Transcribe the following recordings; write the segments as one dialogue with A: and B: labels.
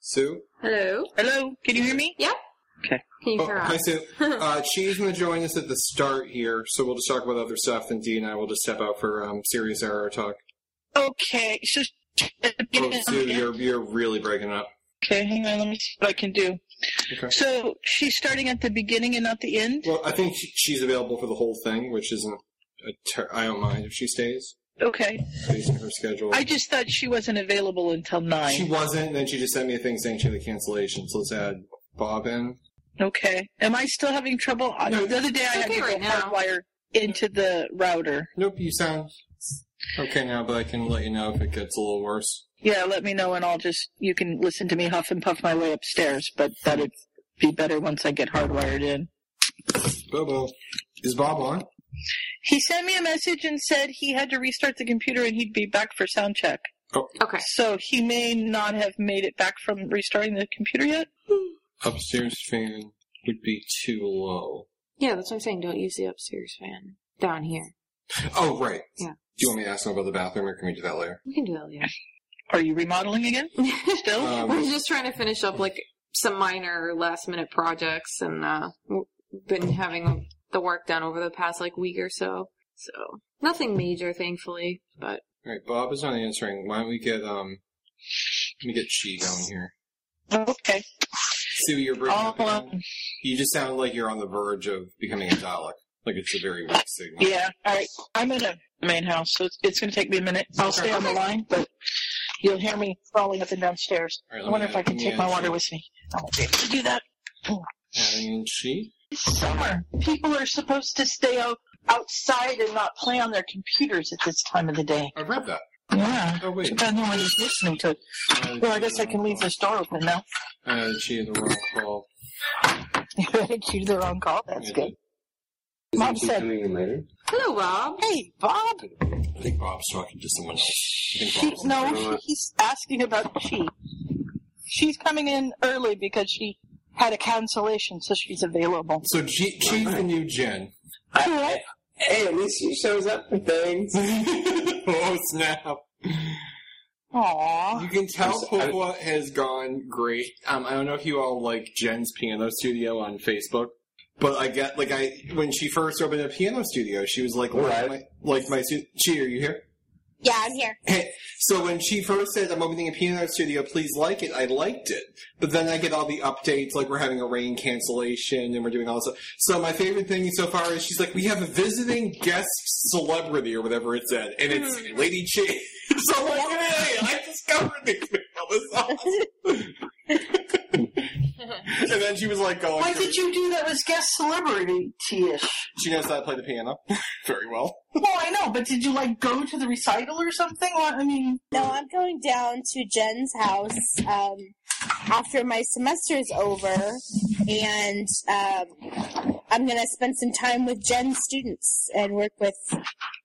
A: Sue?
B: Hello.
C: Hello, can you hear me?
B: Yeah.
C: Okay.
B: Can you
A: Oh,
B: hear
A: hi,
B: us?
A: Sue. Uh, she's going to join us at the start here, so we'll just talk about other stuff, and Dee and I will just step out for um, serious error talk.
C: Okay, so
A: Oh, Sue, you're, you're really breaking up.
C: okay. Hang on, let me see what I can do.
A: Okay.
C: So she's starting at the beginning and not the end.
A: Well, I think she- she's available for the whole thing, which isn't. A ter- I don't mind if she stays
C: Okay.
A: based on her schedule.
C: I just thought she wasn't available until
A: She
C: nine.
A: wasn't, and then she just sent me a thing saying she had a cancellation, so let's add Bob in.
C: Okay. Am I still having trouble? Uh,
A: No,
C: the other day I
B: it's
C: had
B: okay
C: to go
B: right now.
C: hardwire into the router.
A: Nope, you sound okay now, but I can let you know if it gets a little worse.
C: Yeah, let me know and I'll just you can listen to me huff and puff my way upstairs, but that'd be better once I get hardwired in.
A: Bobo, is Bob on?
C: He sent me a message and said he had to restart the computer and he'd be back for sound check.
B: Okay.
C: So he may not have made it back from restarting the computer yet.
A: Upstairs fan would be too low.
B: Yeah, that's what I'm saying. Don't use the upstairs fan down here.
A: Oh, right.
B: Yeah.
A: Do you want me to ask them about the bathroom, or can we do that later?
B: We can do that later.
C: Are you remodeling again? Still?
A: Um,
B: We're just trying to finish up like some minor last minute projects, and uh, we've been having the work done over the past like week or so. So nothing major, thankfully. But
A: All right, Bob is not answering. Why don't we get um, let me get Chi going here.
C: okay. Uh,
A: Sue, you're breaking
C: All
A: up again.
C: alone.
A: You just sound like you're on the verge of becoming a Dalek. Like it's a very weak signal.
C: Yeah. All right. I'm in a main house, so it's, it's going to take me a minute. I'll stay on the line, but you'll hear me crawling up and downstairs.
A: All right,
C: I
A: let me
C: wonder if
A: add-
C: I can
A: let me
C: take my
A: add
C: water
A: Chi.
C: with me. I won't be able to do that.
A: Adding in Chi.
C: It's summer. People are supposed to stay out outside and not play on their computers at this time of the day.
A: I read that.
C: Yeah.
A: Oh wait.
C: Depends on who's listening to it. Well, I guess I can leave this door open now.
A: I added Uh, Chi to the wrong call.
C: You to the wrong call. That's
A: I
C: good.
A: did.
C: Mom said,
D: coming in later?
B: hello, Rob.
C: "Hey, Bob."
A: I think Bob's talking to someone else. I
C: She,
A: think Bob's
C: no, she's asking about she. She's coming in early because she had a cancellation, so she's available.
A: So Chi, Chi's the new Jen.
C: All right.
D: Hey, at least she shows up for things.
A: oh snap!
C: Aww.
A: You can tell
D: I'm so- I-
A: Popla has gone great. Um, I don't know if you all like Jen's piano studio on Facebook, but I get like I when she first opened a piano studio, she was like, like
D: Right.
A: my, like my stu- Chi, are you here?
E: Yeah, I'm here.
A: So when she first said, I'm opening a piano studio, please like it, I liked it. But then I get all the updates, like we're having a rain cancellation and we're doing all this stuff. So my favorite thing so far is she's like, we have a visiting guest celebrity or whatever it said, and it's
C: Hmm.
A: Lady Chi. so I'm like, hey, I discovered these people. This is awesome. and then she was like, oh,
C: Why did you do that with guest celebrity ish?
A: she knows how to play the piano very well.
C: Well, I know, but did you like go to the recital or something? What I mean,
E: No, I'm going down to Jen's house um, after my semester is over, and um, I'm going to spend some time with Jen's students and work with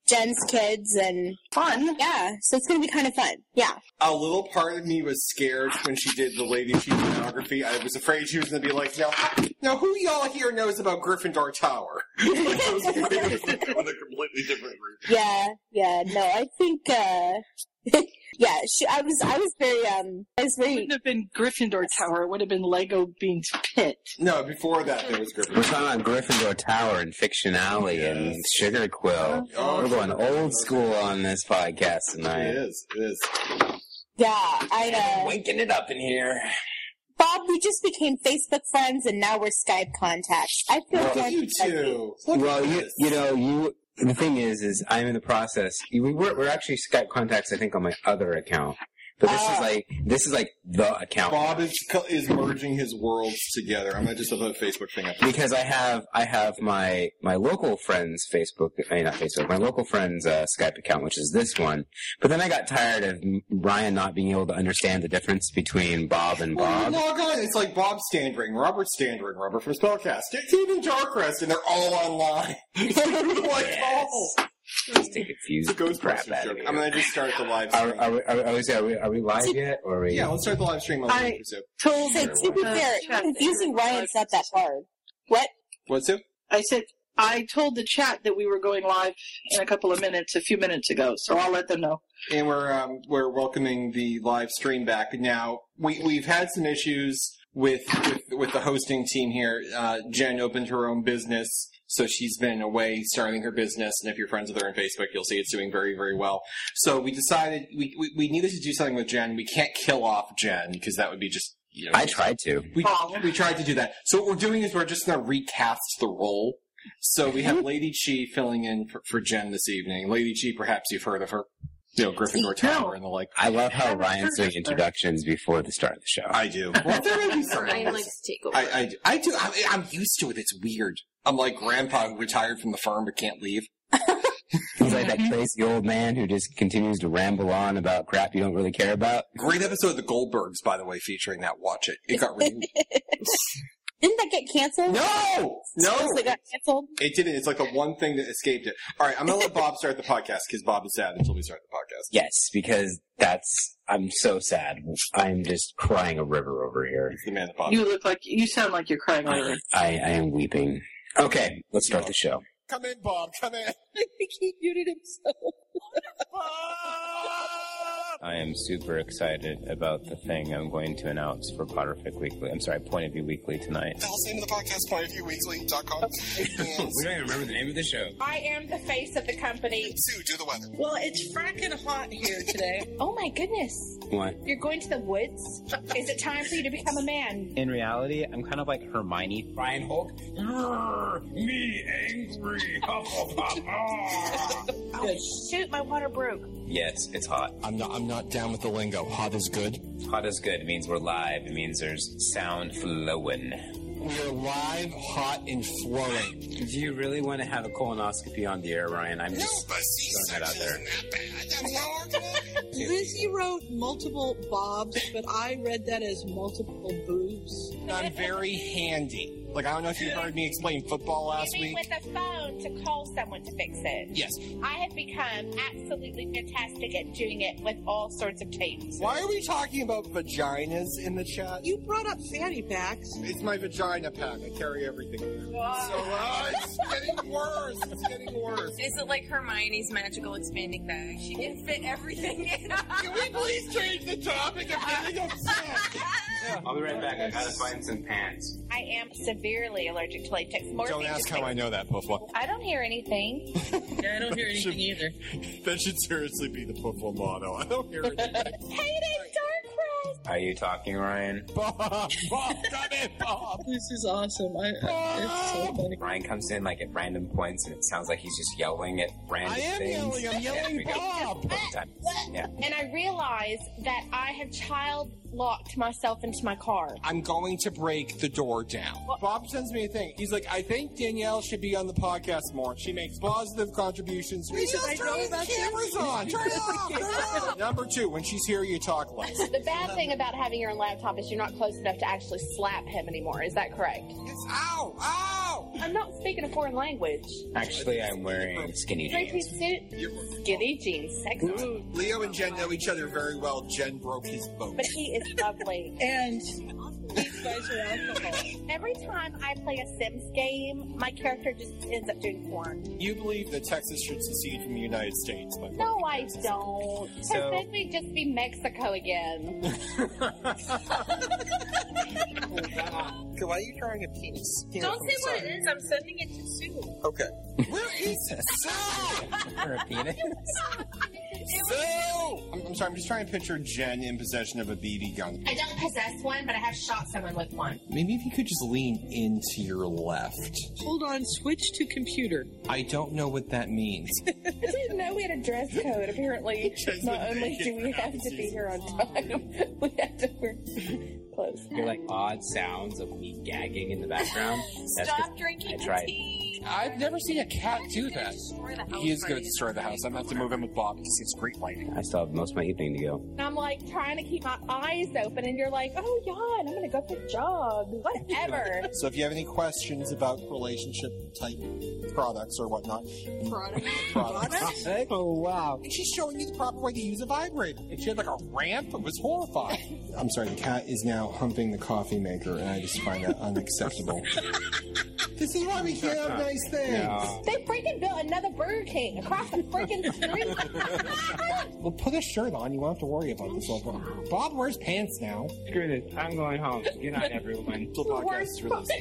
E: Jen's kids, and
C: fun.
E: yeah, so it's going to be kind of fun. Yeah.
A: a little part of me was scared when she did the Lady Chief biography. I was afraid she was going to be like, now, now who y'all here knows about Gryffindor Tower? Like, I was afraid it was gonna go in a completely different route.
E: Yeah, yeah, no, I think, uh, yeah, she, I was, I was very, um, I was
C: It
E: very,
C: wouldn't have been Gryffindor Tower. It would have been Lego Bean's Pit.
A: No, before that there was
D: We're
A: Gryffindor.
D: talking about Gryffindor Tower and Fiction Alley and Sugar Quill.
A: Oh,
D: We're going old school on this podcast
A: It
D: tonight.
A: is. It is.
E: yeah, I, uh,
D: Waking it up in here.
E: Bob, we just became Facebook friends and now we're Skype contacts. I feel
D: Well,
E: like
A: Oh, You too. Look
D: well,
A: at
D: you
A: this.
D: you know you. The thing is, is I'm in the process. We were we're actually Skype contacts. I think on my other account, but this is
E: Ah.
D: like this is like the account
A: Bob is co- is merging his worlds together. I'm gonna just put a Facebook thing up.
D: because I have I have my my local friends Facebook, I mean not Facebook, my local friends uh, Skype account, which is this one. But then I got tired of Ryan not being able to understand the difference between Bob and
A: Well,
D: Bob.
A: you log on. It's like Bob Standring, Robert Standring, Robert from Spellcast, it's even Darkrest, and they're all online. like, oh.
D: Just to confuse
A: It's a
D: the crap
A: Ghostbusters
D: out of
A: joke.
D: you.
A: I'm gonna just start the live
D: Are,
A: stream.
D: are, we- are, we- are, we, are we live yet? Or are we?
A: yeah, let's start the live stream on
C: I-
A: YouTube.
C: Told
E: So to be
C: Uh,
E: fair,
C: check.
E: confusing Ryan's not that hard. What?
A: What's it?
C: I said I told the chat that we were going live in a couple of minutes, a few minutes ago, so I'll let them know.
A: and we're um, we're welcoming the live stream back now. We we've had some issues with with, with the hosting team here. Uh, Jen opened her own business, so she's been away starting her business. And if you're friends with her on Facebook, you'll see it's doing very very well. So we decided we we, we needed to do something with Jen. We can't kill off Jen because that would be just you know
D: I tried to.
A: we,
C: Oh.
A: we tried to do that. So what we're doing is we're just going to recast the role. So we have Lady Chi filling in for, for Jen this evening. Lady Chi, perhaps you've heard of her. You know, Gryffindor Tower and the like.
D: I love how Ryan's doing introductions before the start of the show.
A: I do. Well, there will be some.
B: Ryan likes to take over.
A: I, I, I do. I, I'm used to it. It's weird. I'm like grandpa who retired from the firm but can't leave.
D: He's like that crazy old man who just continues to ramble on about crap you don't really care about.
A: Great episode of The Goldbergs, by the way, featuring that. Watch it. It got renewed.
F: Didn't that get canceled?
A: no! No!
F: Supposedly got canceled.
A: It didn't. It's like the one thing that escaped it. All right, I'm going to let Bob start the podcast because Bob is sad until we start the podcast.
D: Yes, because that's I'm so sad. I'm just crying a river over here.
A: He's the man of the podcast.
C: You look like you sound like you're crying
D: I,
C: over.
D: I, I am weeping. Okay, let's start the show.
G: Come in, Bob. Come in.
F: I think he muted himself.
G: Bob!
H: I am super excited about the thing I'm going to announce for Potterfic Weekly. I'm sorry, Point of View Weekly tonight.
G: Tell us the name of the podcast, pointofviewweekly.com. And
D: don't even remember the name of the show.
E: I am the face of the company.
G: Sue, do the weather.
I: Well, it's fracking hot here today.
E: Oh my goodness.
D: What?
E: You're going to the woods? Is it time for you to become a man?
H: In reality, I'm kind of like Hermione.
D: Ryan Hulk?
E: Oh, shoot, my water broke.
H: Yes, it's hot.
G: I'm not, I'm not down with the lingo. Hot is good.
H: Hot is good. It means we're live. It means there's sound flowing.
G: We're live, hot, and flowing.
D: Do you really want to have a colonoscopy on the air, Ryan? I'm just throwing that out there.
I: Lizzie wrote multiple bobs, but I read that as multiple boobs.
A: I'm very handy. Like, I don't know if you heard me explain football last
E: Maybe
A: week.
E: with a phone to call someone to fix it.
A: Yes.
E: I have become absolutely fantastic at doing it with all sorts of tapes.
A: Why are we talking about vaginas in the chat?
I: You brought up fanny packs.
A: It's my vagina pack. I carry everything in there. So, uh, it's getting worse. It's getting worse.
B: Is it like Hermione's magical expanding bag? She can fit everything in.
A: Can we please change the topic? I'm getting upset.
D: I'll be right back. I gotta find some pants.
E: I am severely allergic to latex. Morphine
G: Don't ask
E: just
G: how I
E: makes-
G: know that, Puffwa.
E: I don't hear anything.
I: Yeah, I don't hear
G: anything
I: either.
G: That should seriously be the Puffwa motto. I don't hear it.
E: Payday Dark Crest!
H: Are you talking, Ryan?
G: Bob! Bob, come in, Bob!
I: This is awesome. I,
G: it's so
I: funny.
H: Ryan comes in like at random points, and it sounds like he's just yelling at random
G: I am
H: things.
G: yelling. I'm
H: Yeah,
G: yelling, Oh.
H: we go.
G: Bob!
H: One time. Yeah.
E: And I realize that I have child locked myself into my car.
A: I'm going to break the door down. Bob sends me a thing. He's like, I think Danielle should be on the podcast more. She makes positive contributions. We should
I: I know about
A: cameras on. Turn it off. Turn it off. Number two, when she's here, you talk less.
E: The bad thing about having your own laptop is you're not close enough to actually slap him anymore. Is that correct?
A: It's ow, ow.
E: I'm not speaking a foreign language.
H: Actually, I'm wearing skinny
E: Three
H: jeans.
E: piece suit, skinny jeans, sexy.
A: Leo and Jen know each other very well. Jen broke his boat.
E: But he is lovely.
I: And these guys are alcohol.
E: Every time I play a Sims game, my character just ends up doing porn.
A: You believe that Texas should secede from the United States? By
E: No, I don't. Because
H: So-
E: then we'd just be Mexico again.
A: Why are you trying a penis?
I: Don't say what it is. I'm sending it to Sue.
A: Okay. Where is it? Sue?
H: For a penis?
A: Sue! I'm, I'm sorry, I'm just trying to picture Jen in possession of a BB gun.
E: I don't possess one, but I have shot someone with one.
A: Maybe if you could just lean into your left.
I: Hold on. Switch to computer.
A: I don't know what that means.
E: I didn't know we had a dress code. Apparently,
A: Just
E: not
A: the
E: only
A: naked
E: do we have to be
A: pronunciation.
E: here on time, we have to wear clothes.
D: You're like odd sounds of me gagging in the background. That's
B: Stop
D: 'cause
B: drinking
D: I tried.
B: tea.
A: I've never seen a cat do
B: Gonna
A: that.
B: destroy the house
A: He is going
B: by the
A: to
B: end
A: destroy
B: of
A: the house. I'm going to have to move in with Bob because it's great lighting.
D: I still have most of my evening to go.
E: And I'm like trying to keep my eyes open, and you're like, oh, yawn, I'm gonna go for a jog. Whatever.
A: So if you have any questions about relationship type products or whatnot,
I: Product.
A: products.
G: Oh, wow.
A: And she's showing you the proper way to use a vibrator. And she had like a ramp. It was horrifying. I'm sorry, the cat is now humping the coffee maker, and I just find that unacceptable. This is why we can't have nice things.
D: No.
J: They freaking built another Burger King across the freaking street.
K: Well, put a shirt on. You won't have to worry about this whole problem. Bob wears pants now.
D: Screw this. I'm going home. Good night, everyone.
G: The podcast released.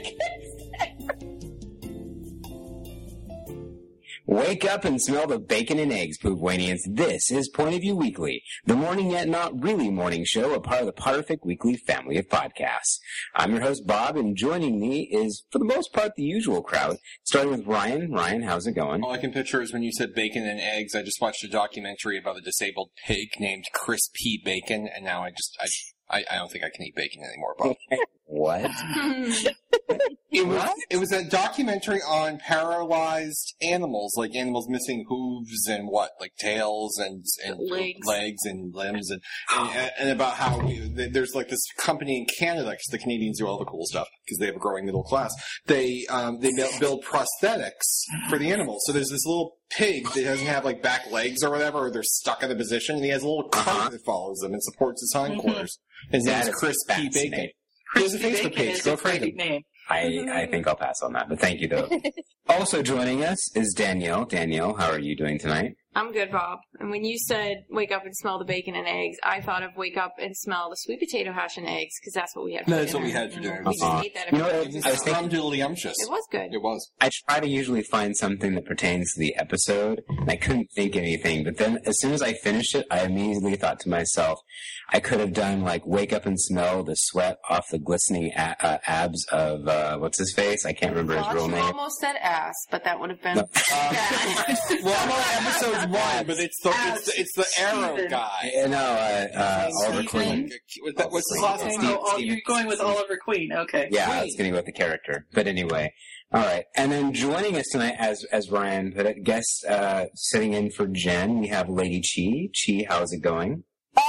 D: Wake up and smell the bacon and eggs, Poovanians. This is Point of View Weekly, the morning yet not really morning show, a part of the Parfect Weekly family of podcasts. I'm your host, Bob, and joining me is, for the most part, the usual crowd, starting with Ryan. Ryan, how's it going?
A: All I can picture is when you said bacon and eggs. I just watched a documentary about a disabled pig named Chris P. Bacon, and now I just I I, I don't think I can eat bacon anymore. Bob.
D: What?
A: It was it was a documentary on paralyzed animals, like animals missing hooves and what, like tails and and
B: Legs.
A: and limbs, and and, and about how we, th- there's like this company in Canada because the Canadians do all the cool stuff because they have a growing middle class. They um, they build- build prosthetics for the animals. So there's this little pig that doesn't have like back legs or whatever, or they're stuck in the position, and he has a little cart
D: Uh-huh.
A: that follows him and supports his hindquarters. His name
D: That
A: is
D: is
A: Chris P.
D: fascinating.
A: Bacon. There's a Facebook page. Go find him.
C: name.
D: I, I think I'll pass on that, but thank you though. also joining us is Danielle. Danielle, how are you doing tonight?
B: I'm good, Bob. And when you said wake up and smell the bacon and eggs, I thought of wake up and smell the sweet potato hash and eggs because that's what we had. For
A: No, that's what
B: dinner.
A: we had for dinner.
B: We just
D: Uh-huh.
B: ate that.
D: You know,
B: every
D: I
B: day.
D: was thinking-
A: Rumdiddlyumptious.
B: it was good.
A: It was.
D: I try to usually find something that pertains to the episode, and I couldn't think of anything. But then, as soon as I finished it, I immediately thought to myself, I could have done like wake up and smell the sweat off the glistening a- uh, abs of uh, what's his face. I can't remember his
B: Gosh,
D: real
B: you
D: name.
B: almost said ass, but that would have been.
D: No.
B: bad.
A: Well, I'm on episode one, but it's the it's, the- it's the arrow guy.
D: Uh, no, uh, uh, Oliver Queen.
A: What's that- what's his last name?
D: Steve-
C: oh,
D: Steve-
C: you're going with Oliver Queen. Okay.
D: Yeah, I was going to go with the character, but anyway. All right, and then joining us tonight as as Ryan, but I guess uh, sitting in for Jen, we have Lady Chi. Chi, how's it going?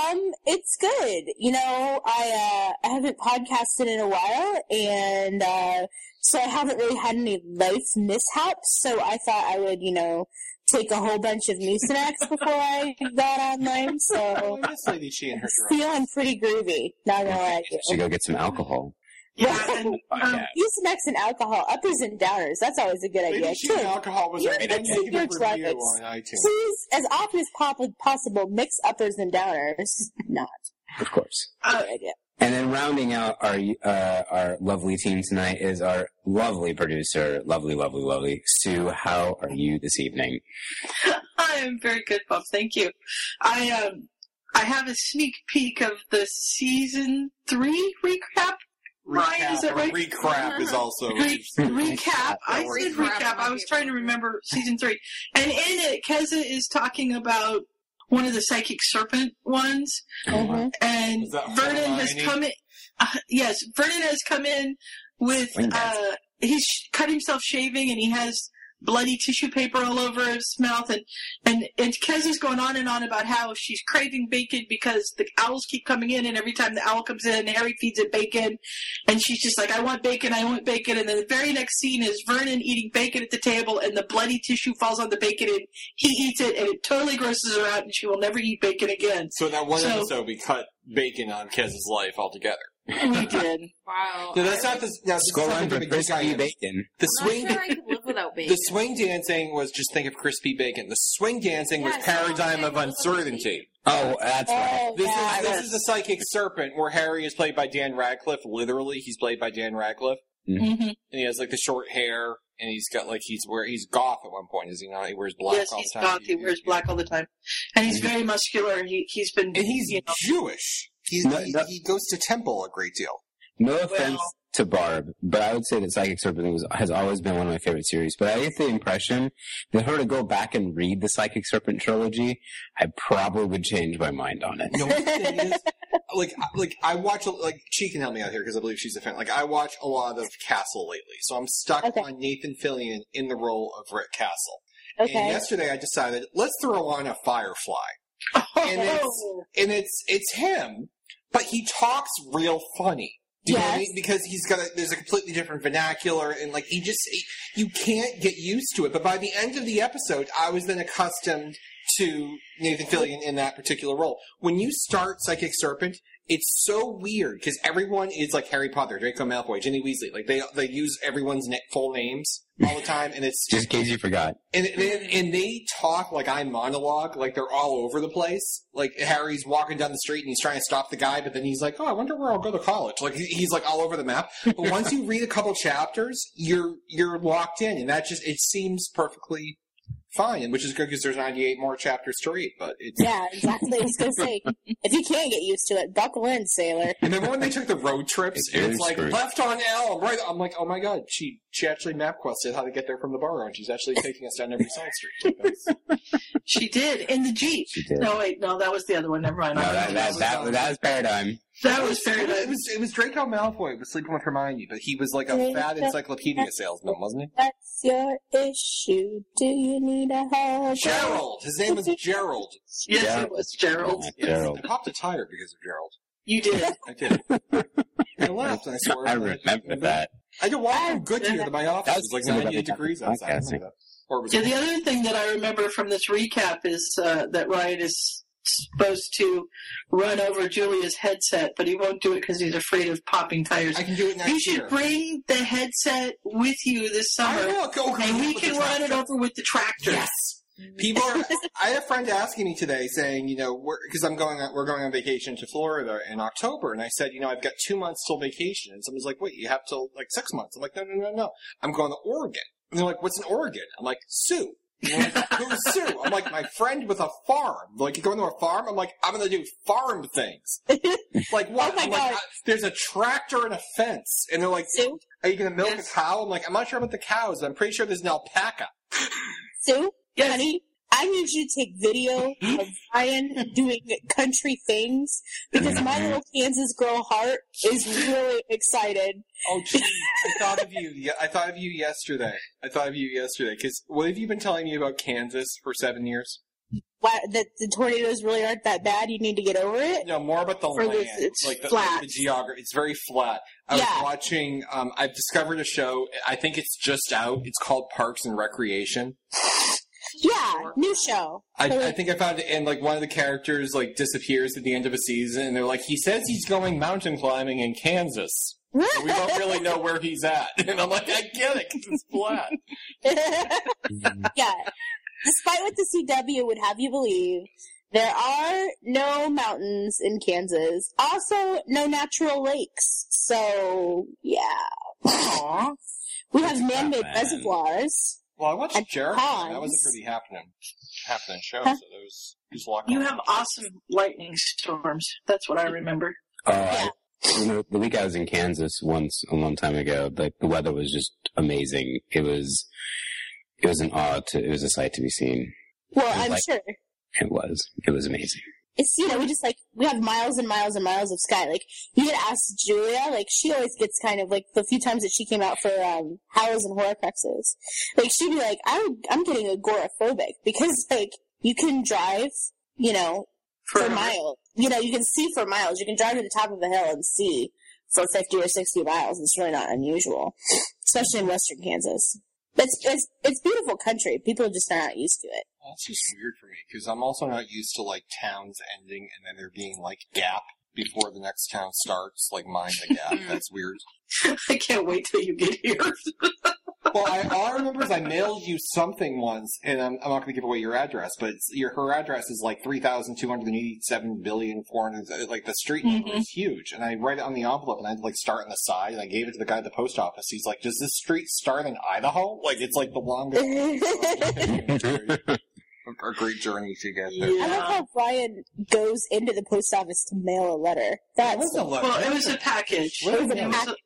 E: Um, it's good. You know, I uh, I haven't podcasted in a while, and uh, so I haven't really had any life mishaps. So I thought I would, you know, take a whole bunch of Mucinex before I got online.
A: Oh,
E: So
A: I miss Lady Chi and her
E: it's
A: girl.
E: feeling pretty groovy. Not gonna lie to
D: Should
E: you.
D: go get some alcohol.
E: Yeah, and, um,
D: Podcast.
E: Mucinex and alcohol, uppers and downers. That's always a good idea.
A: Lady Chi and
E: too.
A: alcohol was
E: You
A: our
E: can
A: negative
E: keep your
A: review
E: drivers.
A: on iTunes.
E: Please, as often as po- possible, mix uppers and downers. Not
D: Of course.
E: a good idea.
D: And then rounding out our uh, our lovely team tonight is our lovely producer, lovely, lovely, lovely Sue. How are you this evening?
C: I am very good, Bob. Thank you. I um, I have a sneak peek of the season three recap. Ryan, is that
A: Recap-
C: right?
A: Recrap is also.
C: Re- recap. I
A: Don't worry.
C: said recap. I was trying to remember season three, and in it, Keza is talking about one of the psychic serpent ones,
E: Mhm.
C: and
A: Is that
C: Vernon has
A: Hermione?
C: come in. Uh, yes, Vernon has come in with
D: Swing dance.
C: uh, he's sh- cut himself shaving, and he has bloody tissue paper all over his mouth, and and and Keza's going on and on about how she's craving bacon because the owls keep coming in, and every time the owl comes in, Harry feeds it bacon, and she's just like, I want bacon, I want bacon, and then the very next scene is Vernon eating bacon at the table, and the bloody tissue falls on the bacon, and he eats it, and it totally grosses her out, and she will never eat bacon again.
A: So in that one
C: So-
A: episode, we cut bacon on Kez's life altogether.
C: We did.
B: wow.
A: No, that's not the. No, this is
D: Scroll
A: not
D: on
A: the
D: for
A: big guy.
D: crispy bacon.
A: The
B: I'm
A: swing.
B: not sure I could live without bacon.
A: The swing dancing was just think of crispy bacon. The swing dancing was
B: Yes,
A: paradigm
B: I
A: of
B: love
A: uncertainty.
D: Oh, that's right.
E: Oh,
A: This
E: yeah.
A: is this is the psychic serpent where Harry is played by Dan Radcliffe. Literally, he's played by Dan Radcliffe,
C: hmm
A: and he has like the short hair, and he's got like he's where he's goth at one point. Is he not? He wears black.
C: Yes,
A: all
C: he's
A: the time.
C: black. He wears black all the time, and he's very muscular. He he's been
A: and he's
C: you know,
A: Jewish. He's,
D: No,
A: he,
D: no.
A: he goes to temple a great deal.
D: No offense to Barb, but I would say that Psychic Serpent was, has always been one of my favorite series. But I get the impression that if I were to go back and read the Psychic Serpent trilogy, I probably would change my mind on it.
A: You know, the thing is, like, I- like I watch a- like she can help me out here because I believe she's a fan. Like I watch a lot of Castle lately, so I'm stuck
E: Okay.
A: on Nathan Fillion in the role of Rick Castle. And
E: Okay.
A: yesterday I decided let's throw on a Firefly, and
C: Oh.
A: it's and it's it's him, but he talks real funny. Do you know what I
E: Yes.
A: mean? Because he's got a, there's a completely different vernacular, and like he just he- you can't get used to it. But by the end of the episode, I was then accustomed to Nathan Fillion in that particular role. When you start Psychic Serpent, it's so weird because everyone is like Harry Potter, Draco Malfoy, Ginny Weasley. Like they they use everyone's na- full names all the time, and it's
D: Just in case you forgot.
A: and, and and they talk like I monologue, like they're all over the place. Like Harry's walking down the street and he's trying to stop the guy, but then he's like, "Oh, I wonder where I'll go to college." Like he- he's like all over the map. But once you read a couple chapters, you're you're locked in, and that just it seems perfectly fine, and which is good because there's 98 more chapters to read. But it's
E: Yeah, exactly. I was gonna say, if you can't get used to it, buckle in, sailor.
A: And then when they took the road trips,
D: It
A: and it's
D: is
A: like
D: great.
A: left on Elm, right? I'm like, oh my god, she she actually map quested how to get there from the bar, and she's actually taking us down every side street.
C: She did in the jeep.
D: She did. No,
C: No, wait, no, that was the other one. Never mind.
D: that, that, that, that was paradigm.
C: That was fair.
A: It was it was Draco Malfoy was sleeping with Hermione, but he was like a fat encyclopedia salesman, wasn't he?
E: That's your issue. Do you need a hug?
A: Gerald, his name was Gerald.
C: Yes,
D: Yeah.
C: it was Gerald.
A: Yes,
L: Gerald.
A: I popped a tire because of Gerald.
C: You did.
A: I did. I laughed. I swear.
D: I remember that.
A: I could walk from Goodyear to my office.
D: That
A: It
D: was
A: was like
D: something about
A: 98
D: the
A: degrees outside. I remember
D: podcasting.
A: that. Or it was
C: Yeah, the other thing that I remember from this recap is uh, that Ryan is supposed to run over Julia's headset, but he won't do it because he's afraid of popping tires.
A: I can do it next
C: You should
A: year.
C: bring the headset with you this
A: I
C: summer,
A: will go
C: and we
A: with the
C: can run it
A: tractor.
C: over with the tractor.
A: Yes.
E: Mm-hmm.
A: People are. I had a friend asking me today, saying, you know, because I'm going, on, we're going on vacation to Florida in October, and I said, you know, I've got two months till vacation, and someone's like, wait, you have till like six months. I'm like, no, no, no, no, I'm going to Oregon. And they're like, what's in Oregon? I'm like, Sue. And they're Like, Who's Sue? I'm like, my friend with a farm. They're Like, you going to a farm? I'm like, I'm gonna do farm things. Like, what?
E: Oh my
A: I'm like,
E: God.
A: "I- there's a tractor and a fence, and they're like,
E: Sue,
A: are you gonna milk
C: Yes.
A: a cow? I'm like, I'm not sure about the cows, but I'm pretty sure there's an alpaca.
E: Sue,
C: Yes.
E: honey, I need you to take video of Ryan doing country things because my little Kansas girl heart is really excited.
A: Oh, geez. I thought of you. ye- I thought of you yesterday. I thought of you yesterday because what have you been telling me about Kansas for seven years?
E: Why, that the tornadoes really aren't that bad. You need to get over it.
A: No, more about the
E: For
A: land,
E: this, it's
A: like the,
E: flat.
A: the geography. It's very flat. I
E: Yeah.
A: was watching. Um, I've discovered a show. I think it's just out. It's called Parks and Recreation.
E: Yeah, new show.
A: I,
E: So,
A: I think I found it, and like one of the characters like disappears at the end of a season, and they're like, he says he's going mountain climbing in Kansas. But we don't really know where he's at, and I'm like, I get it, 'cause it's flat.
E: yeah.
D: Oh,
E: Despite what the CW would have you believe, there are no mountains in Kansas. Also, no natural lakes. So, yeah. We have man-made
D: bad.
E: reservoirs.
A: Well, I watched
E: And
A: Jericho. and That was
E: Hans.
A: a pretty happening, happening show.
E: Huh?
A: So there was, there was a lot
C: You
A: going
C: have
A: on.
C: awesome lightning storms. That's what I remember.
D: Oh, I- you know, the week I was in Kansas once a long time ago, like the weather was just amazing. It was, it was an awe to, it was a sight to be seen.
E: Well,
D: There's
E: I'm
D: like-
E: sure.
D: It was, it was amazing.
E: It's, you know, we just like, we have miles and miles and miles of sky. Like, you could ask Julia, like, she always gets kind of, like, the few times that she came out for, um, Howls and Horcruxes. Like, she'd be like, I'm, I'm getting agoraphobic because, like, you can drive, you know, for
C: Forever.
E: miles. You know, you can see for miles. You can drive to the top of a hill and see for 50 or 60 miles. It's really not unusual, especially in western Kansas. It's, it's, it's beautiful country. People just are not used to it.
A: Well, That's just weird for me because I'm also not used to like towns ending and then there being like gap before the next town starts, like mind the gap.
C: Hmm.
A: That's weird.
C: I can't wait till you get here.
A: Well, I, all I remember is I mailed you something once, and I'm, I'm not going to give away your address, but it's, your her address is like three thousand two hundred eighty-seven billion four hundred. Like the street number is huge, and I write it on the envelope, and I had to, like start on the side, and I gave it to the guy at the post office. He's like, "Does this street start in Idaho? Like it's like the longest." a great journey to get there.
E: I love how Brian goes into the post office to mail a letter.
A: That
E: That's
A: was a lot.
C: Well, it was a package.
A: What is
E: it was a
A: Yeah.
E: package.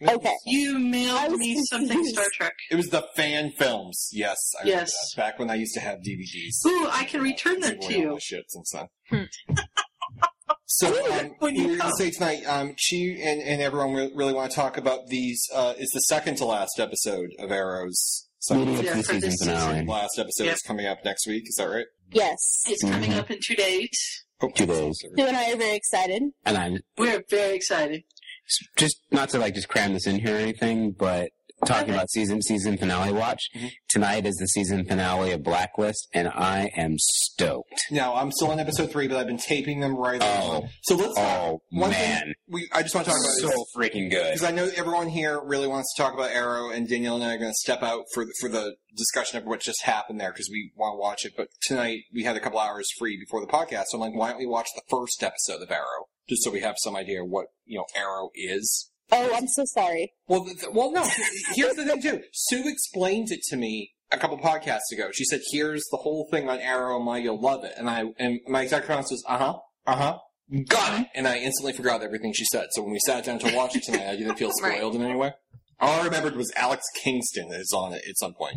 A: It
E: Okay.
A: was-
C: You
E: I
C: mailed
E: was
C: me something
E: confused.
C: Star Trek.
A: It was the fan films. Yes, I remember
C: Yes.
A: that. Back when I used to have DVDs.
C: Ooh, I can return them
A: I've
C: to
A: worn all
C: you.
A: this shit since then.
B: Hmm.
A: So um,
C: When you
A: we were going
C: come.
A: to say tonight, um, she and, and everyone re- really want to talk about these. Uh, it's the second to last episode of Arrow's.
D: Leading
A: Second
D: up to
C: Yeah, for
D: the season
C: this season.
A: to
D: finale.
A: last episode
C: Yep.
A: is coming up next week. Is that right?
E: Yes.
C: It's coming
D: Mhm.
C: up in two days.
A: Oh,
D: Two days.
E: Sue and I are very excited.
D: And I'm
C: We're very excited.
D: just not to like just cram this in here or anything, but talking about season season finale watch.
A: Mm-hmm.
D: Tonight is the season finale of Blacklist, and I am stoked.
A: Now I'm still on episode three, but I've been taping them right
D: Oh.
A: on. So let's talk.
D: Oh
A: One
D: man,
A: thing we I just want to talk about
D: so
A: is-
D: freaking good.
A: because I know everyone here really wants to talk about Arrow, and Danielle and I are going to step out for the, for the discussion of what just happened there because we want to watch it. But tonight we had a couple hours free before the podcast, so I'm like, why don't we watch the first episode of Arrow just so we have some idea what you know Arrow is?
E: Oh, I'm so sorry.
A: Well, th- th- well, no. Here's the thing too. Sue explained it to me a couple podcasts ago. She said, "Here's the whole thing on Arrow, and why you'll love it." And I and my exact response was, "Uh huh, uh huh." Got it! And I instantly forgot everything she said. So when we sat down to watch it tonight, I didn't feel
B: Right.
A: spoiled in any way. All I remembered was Alex Kingston is on it at some point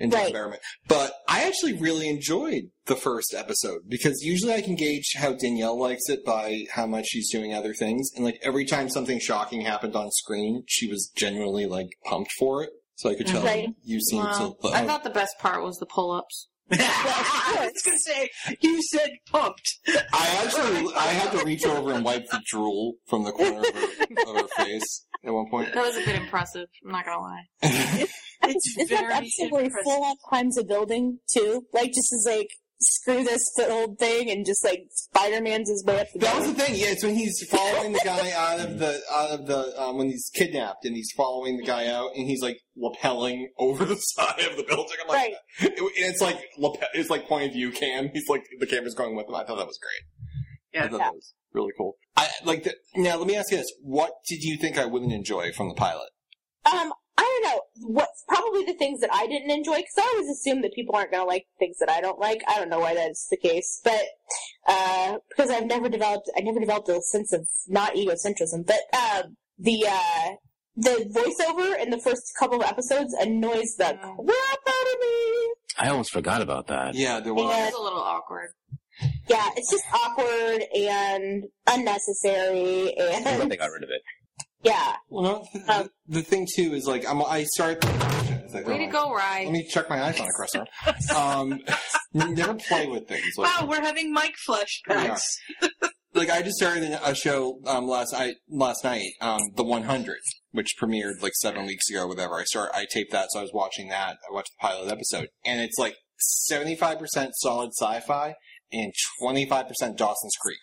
A: in Death
E: Right.
A: Experiment. But I actually really enjoyed the first episode because usually I can gauge how Danielle likes it by how much she's doing other things. And like every time something shocking happened on screen, she was genuinely like pumped for it. So I could tell
E: Right.
A: you seem
B: Well,
A: to.
B: I thought the best part was the pull-ups.
C: I was gonna say you said pumped.
A: I actually I had to reach over and wipe the drool from the corner of her, of her face at one point.
B: That was a bit impressive. I'm not gonna lie.
C: It's
E: Is that
C: very
E: absolutely
C: impressive.
E: full on climbs a building too? Like just as like screw this foothold thing and just like Spider Man's his way up the
A: That was
E: building.
A: the thing. Yeah, it's when he's following the guy out of the out of the um, when he's kidnapped and he's following the guy out and he's like lapelling over the side of the building. I'm like,
E: Right.
A: it- and it's like lapel, it's like point of view cam. He's like the camera's going with him. I thought that was great. I
C: Yeah.
A: thought that was really cool. I like the, now. Let me ask you this: What did you think I wouldn't enjoy from the pilot?
E: Um, I don't know. What's probably the things that I didn't enjoy because I always assume that people aren't going to like things that I don't like. I don't know why that's the case, but uh, because I've never developed, I never developed a sense of not egocentrism. But um, the uh, the voiceover in the first couple of episodes annoys the crap out of me.
D: I almost forgot about that.
A: Yeah, there
E: was-
B: It
A: was.
B: was a little awkward.
E: Yeah, it's just awkward and unnecessary,
D: I'm glad
E: and
D: they got rid of it.
E: yeah,
A: Well, no, the,
E: Um,
A: the thing too is like I'm, I start.
B: Way to go, Rye.
A: oh, Let me check my iPhone across the room. Um, never play with things. Like,
C: Wow, we're having mic flashbacks.
A: like I just started a show um, last I last night, um, the 100, which premiered like seven weeks ago, or whatever. I start I taped that, so I was watching that. I watched the pilot episode, and it's like 75 percent solid sci-fi and 25 percent Dawson's Creek.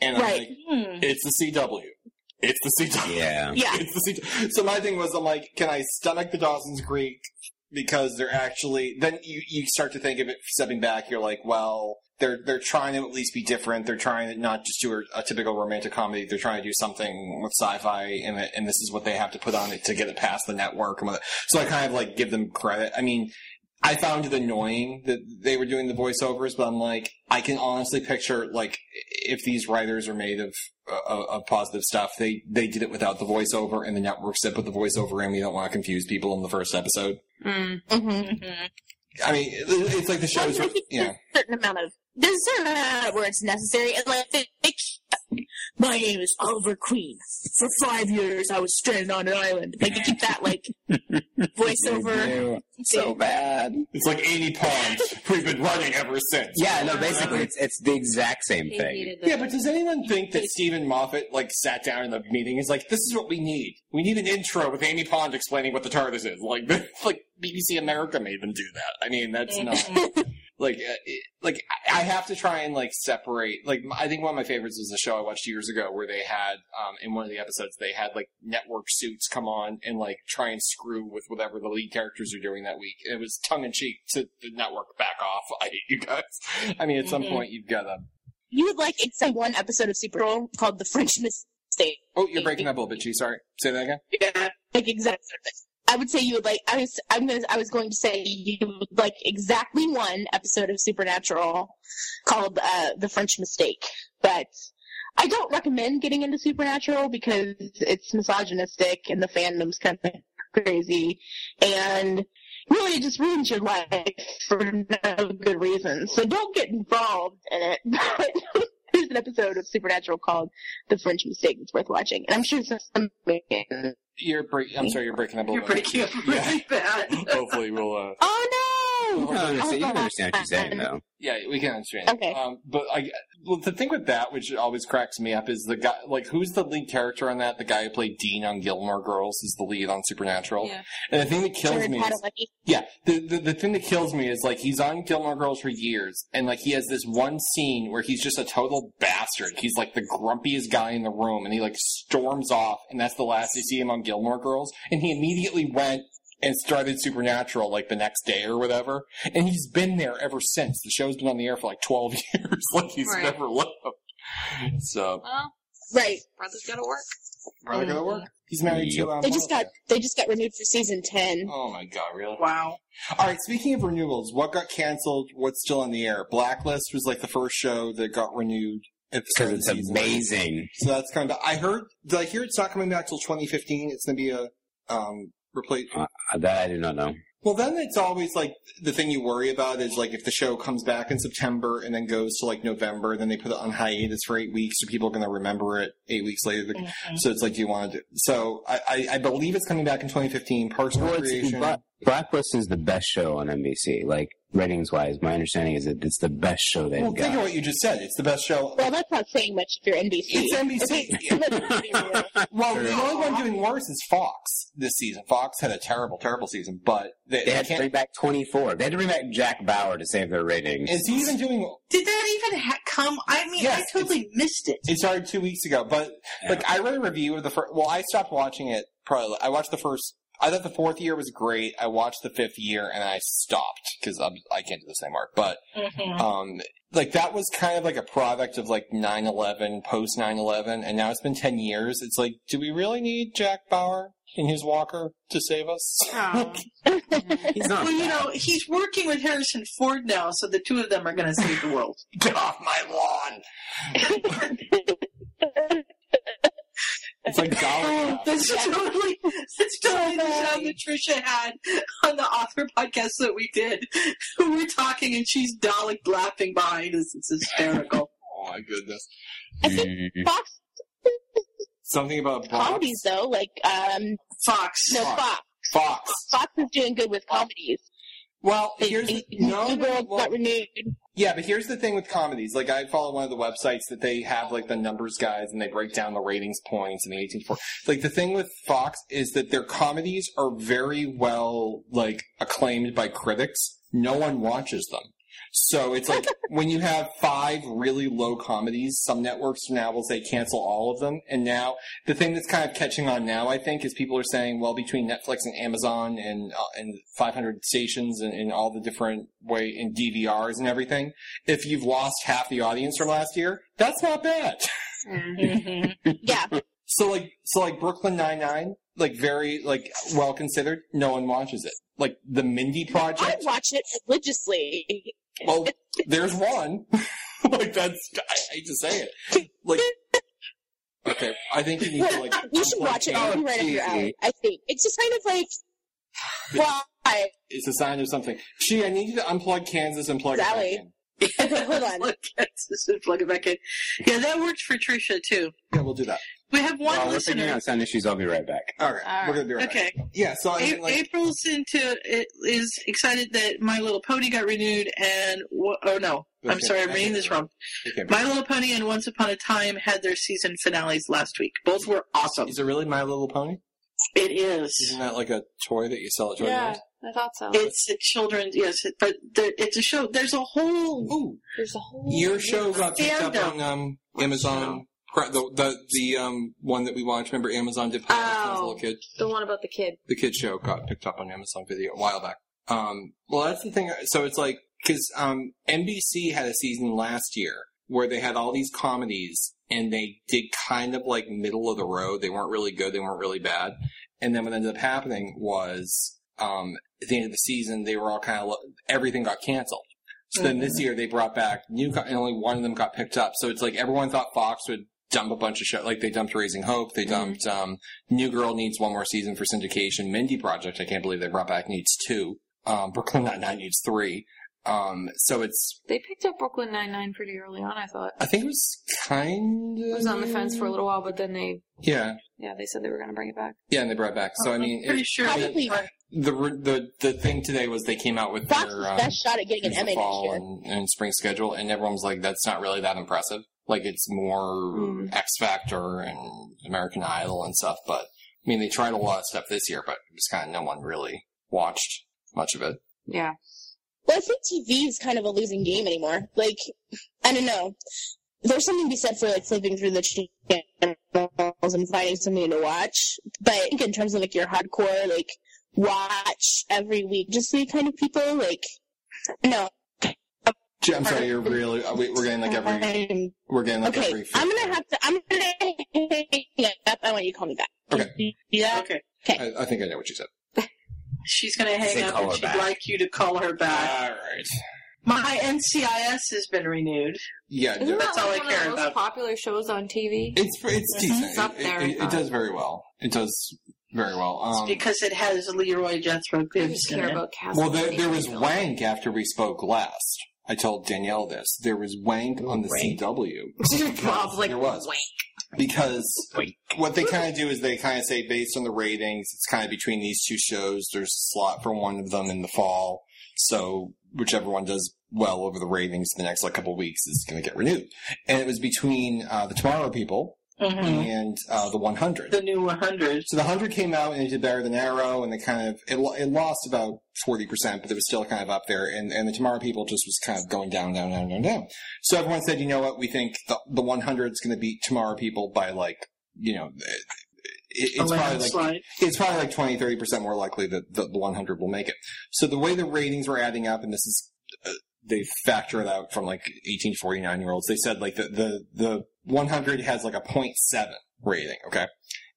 A: And I'm
E: Right.
A: like,
I: Hmm.
A: it's the CW. It's the CW.
D: Yeah.
C: Yeah.
A: It's the CW. So my thing was, I'm like, can I stomach the Dawson's Creek? Because they're actually then you, you start to think of it stepping back. You're like, well, they're they're trying to at least be different. They're trying to not just do a, a typical romantic comedy. They're trying to do something with sci-fi in it, and this is what they have to put on it to get it past the network. And what- So I kind of like give them credit. I mean, I found it annoying that they were doing the voiceovers, but I'm like, I can honestly picture like if these writers are made of of, of positive stuff, they they did it without the voiceover, and the network said put the voiceover in. We don't want to confuse people in the first episode.
B: Mm.
E: mm-hmm.
A: I mean, it, it's like the show's yeah.
E: a certain amount of there's a certain amount where it's necessary. And like, they- they keep- my name is Oliver Queen. For five years, I was stranded on an island. Like they keep that like voiceover.
D: So bad.
A: It's like eighty pounds. We've been running ever since.
D: Yeah, no, basically it's it's the exact same
B: They
D: thing.
B: hated that.
A: Yeah, but does anyone think that Stephen Moffat like sat down in the meeting? Is like, this is what we need. We need an intro with Amy Pond explaining what the TARDIS is. Like, like BBC America made them do that. I mean, that's not like uh, it- like I I have to try and like separate. Like, I think one of my favorites was a show I watched years ago where they had um, in one of the episodes they had like network suits come on and like try and screw with whatever the lead characters are doing that week. It was tongue in cheek to the network. Back off! I hate you guys. I mean, at some
I: Mhm.
A: point you've got to.
E: You would like it's that one episode of Supergirl called "The French Mistake."
A: Oh, you're breaking up a little bit, G. Sorry. Say that again.
E: Yeah, like exactly. I would say you would like. I was. I'm gonna. I was going to say you would like exactly one episode of Supernatural called uh, "The French Mistake," but I don't recommend getting into Supernatural because it's misogynistic and the fandom's kind of crazy, and really it just ruins your life for no good reason. So don't get involved in it. But there's an episode of Supernatural called "The French Mistake" that's worth watching, and I'm sure some.
A: You're break- I'm sorry, you're breaking up a
C: You're
A: little bit.
C: breaking up really bad.
A: Hopefully we'll, uh...
E: Oh
D: You can understand, you can understand what she's saying, though.
A: Yeah, we can understand.
E: Okay.
A: Um, but I, well, the thing with that, which always cracks me up, is the guy. Like, who's the lead character on that? The guy who played Dean on Gilmore Girls is the lead on Supernatural.
B: Yeah.
A: And the thing that kills
E: Jared
A: me is
E: Padalecki.
A: yeah, the, the the thing that kills me is like he's on Gilmore Girls for years, and like he has this one scene where he's just a total bastard. He's like the grumpiest guy in the room, and he like storms off, and that's the last you see him on Gilmore Girls, and he immediately went and started Supernatural like the next day or whatever, and he's been there ever since. The show's been on the air for like twelve years, like he's
B: Right.
A: never left. So
B: Well,
E: Right.
B: brother's gotta work.
A: brother, gotta work. He's married to. Um,
E: They just
A: Monica.
E: got they just got renewed for season ten.
A: Oh my god, really?
C: Wow.
A: All right. Speaking of renewals, what got canceled? What's still on the air? Blacklist was like the first show that got renewed at the start
D: Because
A: of
D: it's
A: the season.
D: amazing.
A: So that's kind of. I heard. Did I hear it's not coming back till 2015? It's going to be a um replace.
D: Uh, That I do not know.
A: Well, then it's always like the thing you worry about is like if the show comes back in September and then goes to like November, then they put it on hiatus for eight weeks, so people are going to remember it eight weeks later.
C: Mm-hmm.
A: So it's like, do you want to? Do, so I, I, I believe it's coming back in 2015. Parks and
D: Well, it's,
A: Recreation.
D: Black, Blacklist is the best show on NBC. Like ratings wise, my understanding is that it's the best show they've
A: Well,
D: got.
A: think of what you just said. It's the best show.
E: Well, that's not saying much if you're NBC.
A: It's NBC. Well, the
D: True.
A: only one doing worse is Fox this season. Fox had a terrible, terrible season, but they,
D: They
A: they
D: had to
A: can't.
D: bring back 24. They had to bring back Jack Bauer to save their ratings.
A: Is he even doing?
C: Did that even ha- come? I mean,
A: Yes,
C: I totally missed it.
A: It started two weeks ago, but like I read a review of the first. Well, I stopped watching it. Probably I watched the first. I thought the fourth year was great. I watched the fifth year and I stopped because I can't do the same art. But um, like that was kind of like a product of like 9-11, post 9-11, and now it's been ten years. It's like, do we really need Jack Bauer in his walker to save us?
D: He's not
C: Well, you know, he's working with Harrison Ford now, so the two of them are going to save the world.
A: Get off my lawn! it's like Dollar.
C: That's totally, that's totally the sound that Trisha had on the author podcast that we did. We're talking and she's Dalek laughing behind us. It's hysterical.
A: Oh my goodness.
E: I think
D: Mm-hmm.
E: Fox
A: Something about Fox.
E: comedies though, like um
C: Fox.
E: no
A: Fox.
E: Fox.
A: Fox.
E: Fox is doing good with comedies.
A: Well,
E: They,
A: here's the,
E: they-
A: no,
E: New Girl
A: well,
E: got renewed.
A: yeah, but here's the thing with comedies. Like, I follow one of the websites that they have like the numbers guys, and they break down the ratings points and the 18 for. Like the thing with Fox is that their comedies are very well like acclaimed by critics. No one watches them. So it's like when you have five really low comedies, some networks now will say cancel all of them. And now the thing that's kind of catching on now, I think, is people are saying, well, between Netflix and Amazon and uh, and 500 stations and, and all the different way and DVRs and everything, if you've lost half the audience from last year, that's not bad.
E: Yeah.
A: So like so like Brooklyn Nine Nine, like very like well considered. No one watches it. Like the Mindy
E: I
A: Project.
E: watch it religiously.
A: Well, there's one. like that's I hate to say it. Like okay, I think you need to like Oh,
E: you should watch it. It'll be right up your alley. I think it's just kind of like why?
A: It's a sign of something. She, I need you to unplug Kansas and plug it back
E: Sally.
A: in.
E: Okay, hold on.
C: Look, this is plug it back in. Yeah, that worked for Trisha too.
A: Yeah, we'll do that.
C: We have one
D: While we're figuring
C: listener.
D: out sound issues. I'll be right back.
A: All right,
B: All right.
A: we're gonna do it.
C: Okay.
A: Yeah. So I mean,
C: A-
A: like,
C: April's into is excited that My Little Pony got renewed, and wha- oh no, I'm
A: Okay,
C: sorry, I'm
A: I
C: reading
A: think
C: this
A: you're
C: wrong.
A: okay.
C: My Little Pony and Once Upon a Time had their season finales last week. Both were awesome.
A: is it really My Little Pony?
C: It is.
A: Isn't that like a toy that you sell at Toys R
B: Yeah,
A: Us?
B: I thought so.
C: It's a children's yes, it- but there, it's a show. There's a whole
A: Ooh,
B: There's a whole
A: your show got picked up
C: Fandom.
A: on um, Amazon. Pri- The, the the um one that we watched. Remember, Amazon did. Pilot when I was a
B: Oh.
A: little kid.
B: the one about the kid.
A: the kids show got picked up on Amazon Video a while back. Um, well, that's the thing. So it's like because um, NBC had a season last year where they had all these comedies and they did kind of like middle of the road. They weren't really good. They weren't really bad. And then what ended up happening was um, at the end of the season, they were all kind of lo- everything got canceled. So then this year they brought back new, co- and only one of them got picked up. So it's like everyone thought Fox would dump a bunch of shows. Like they dumped Raising Hope, they dumped um, New Girl needs one more season for syndication. Mindy Project, I can't believe they brought back needs two. Um, Brooklyn Nine Nine needs three. Um, so it's
B: They picked up Brooklyn Nine Nine pretty early on. I thought
A: I think it was kind of
B: it was on the fence for a little while, but then they
A: Yeah,
B: yeah they said they were going to bring it back.
A: yeah, and they brought it back. So I mean,
C: Pretty
A: it,
C: sure.
E: Probably
A: the the the thing today was they came out with
E: Fox
A: their
E: is
A: um,
E: best shot at getting an
A: the
E: Emmy next
A: fall
E: year.
A: and, and spring schedule, and everyone was like, "That's not really that impressive." Like it's more
B: Hmm.
A: X Factor and American Idol and stuff. But I mean, they tried a lot of stuff this year, but it was kind of no one really watched much of it.
B: Yeah,
E: Well, I think TV is kind of a losing game anymore. Like, I don't know. There's something to be said for like flipping through the channels and finding something to watch. But I think in terms of like your hardcore, like watch every week, just week kind of people, like no.
A: Gee, I'm sorry, you're really uh, we- we're getting like every
E: I'm-
A: we're getting like
E: Um, okay,
A: every.
E: I'm gonna have to. I'm gonna hang up. I want you to call me back.
A: Okay.
E: Yeah.
C: Okay.
A: I, I think I know what you said.
C: She's going to hang
D: Say
C: up
D: call
C: and
D: her
C: she'd
D: back.
C: like you to call her back.
A: right.
C: My NCIS has been renewed.
A: Yeah,
B: isn't
A: no,
C: That's
B: that
C: all
B: like
C: I
B: one of
C: care
B: the most
C: about.
B: popular shows on TV?
A: it's it's decent.
B: It's up
A: It-
B: there,
A: It, it
B: huh?
A: does very well. It does very well.
C: It's
A: Um,
C: because it has Leroy Jethro
B: I
C: Gibbs
B: just
C: in
B: care
C: it.
B: about Castle.
A: Well, there, there was
B: Castle.
A: wank after we spoke last. I told Danielle this. There was wank on the
D: Wank.
A: CW.
B: Bob's like
A: there was
B: wank.
A: because what they kind of do is they kind of say based on the ratings, it's kind of between these two shows. There's a slot for one of them in the fall, so whichever one does well over the ratings in the next like couple of weeks is going to get renewed. And it was between uh, the Tomorrow People
C: Mhm.
A: and uh, the 100.
C: The new 100.
A: So the hundred came out and it did better than Arrow, and it kind of it, lo- it lost about forty percent, but it was still kind of up there. And and the Tomorrow People just was kind of going down, down, down, down, down. So everyone said, you know what, we think the the one hundred is going to beat Tomorrow People by like you know. It, it-
C: A
A: it's probably like
C: landslide.
A: it's probably like 20, 30% more likely that the, the 100 will make it. So the way the ratings were adding up, and this is, uh, they factor it out from like 18 to 49 year olds, they said like the, the, the 100 has like a 0.7 rating, okay?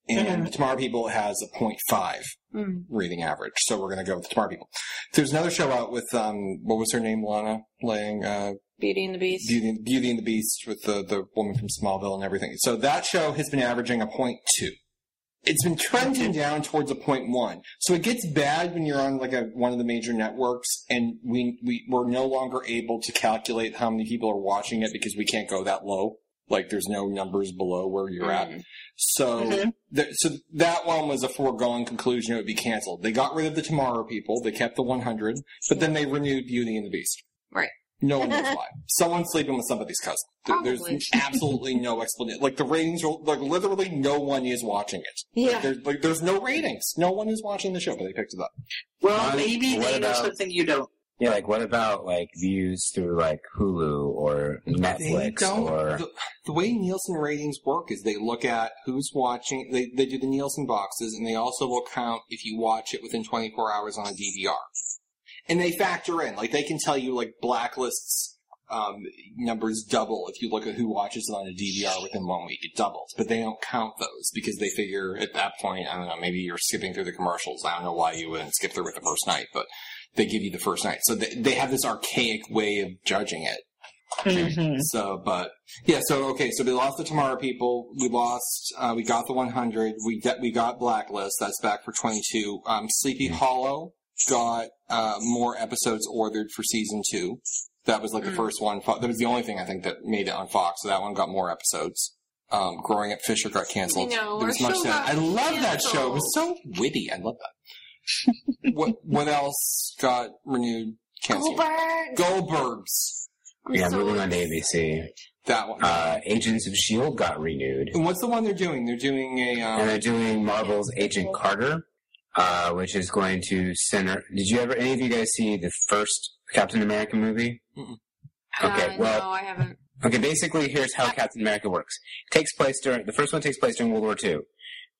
A: And
C: Mhm.
A: the Tomorrow People has a 0.5
B: Mm.
A: rating average. So we're going to go with the Tomorrow People. There's another show out with, um, what was her name, Lana? Lang, uh,
B: Beauty and the Beast.
A: Beauty, Beauty and the Beast with the, the woman from Smallville and everything. So that show has been averaging a point two. It's been trending down towards a point one. So it gets bad when you're on like a, one of the major networks and we, we, we're no longer able to calculate how many people are watching it because we can't go that low. Like there's no numbers below where you're at.
B: Mm.
A: So,
C: Mhm.
A: th- so that one was a foregone conclusion. It would be canceled. They got rid of the Tomorrow People. They kept the 100, but then they renewed Beauty and the Beast.
B: Right.
A: No one knows why. Someone's sleeping with somebody's cousin. There-
B: Probably.
A: There's absolutely no explanation. Like the ratings are like literally no one is watching it. Like,
B: Yeah.
A: there's, like there's no ratings. No one is watching the show, but they picked it up.
C: Well,
D: Um,
C: maybe
D: what
C: they know
D: about-
C: something you don't.
D: Yeah, like what about like views through like Hulu or Netflix or
A: the, the way Nielsen ratings work is they look at who's watching. They they do the Nielsen boxes, and they also will count if you watch it within 24 hours on a DVR. And they factor in, like they can tell you like blacklists um, numbers double if you look at who watches it on a DVR within one week. It doubles, but they don't count those because they figure at that point, I don't know, maybe you're skipping through the commercials. I don't know why you wouldn't skip through it the first night, but they give you the first night. So they, they have this archaic way of judging it.
B: Mm-hmm.
A: So, but yeah, so okay, so we lost the Tomorrow People. We lost, uh, we got the 100. We de- we got Blacklist. That's back for 22. Um, Sleepy
B: Mm-hmm.
A: Hollow got uh, more episodes ordered for season two. That was like the
B: Mm.
A: first one. Fo- That was the only thing I think that made it on Fox. So that one got more episodes. Um, Growing Up Fisher got canceled.
B: You know,
A: There was
B: our
A: much
B: show
A: that-
B: got
A: I love that show. It was so
B: canceled.
A: witty. I love that. what what else got renewed? Canceled.
B: Goldberg.
A: Goldbergs.
B: I'm
D: yeah,
B: so
D: moving on to
B: excited.
D: ABC.
A: That one.
D: Uh, Agents of Shield got renewed,
A: And what's the one they're doing? They're doing a.
D: and they're
A: Um,
D: doing Marvel's Agent Carter, uh, which is going to center. Did you ever any of you guys see the first Captain America movie? Okay,
B: Uh,
D: well-
B: no, I haven't.
D: Okay, basically, here's how Captain America works. Takes place during the first one takes place during World War II.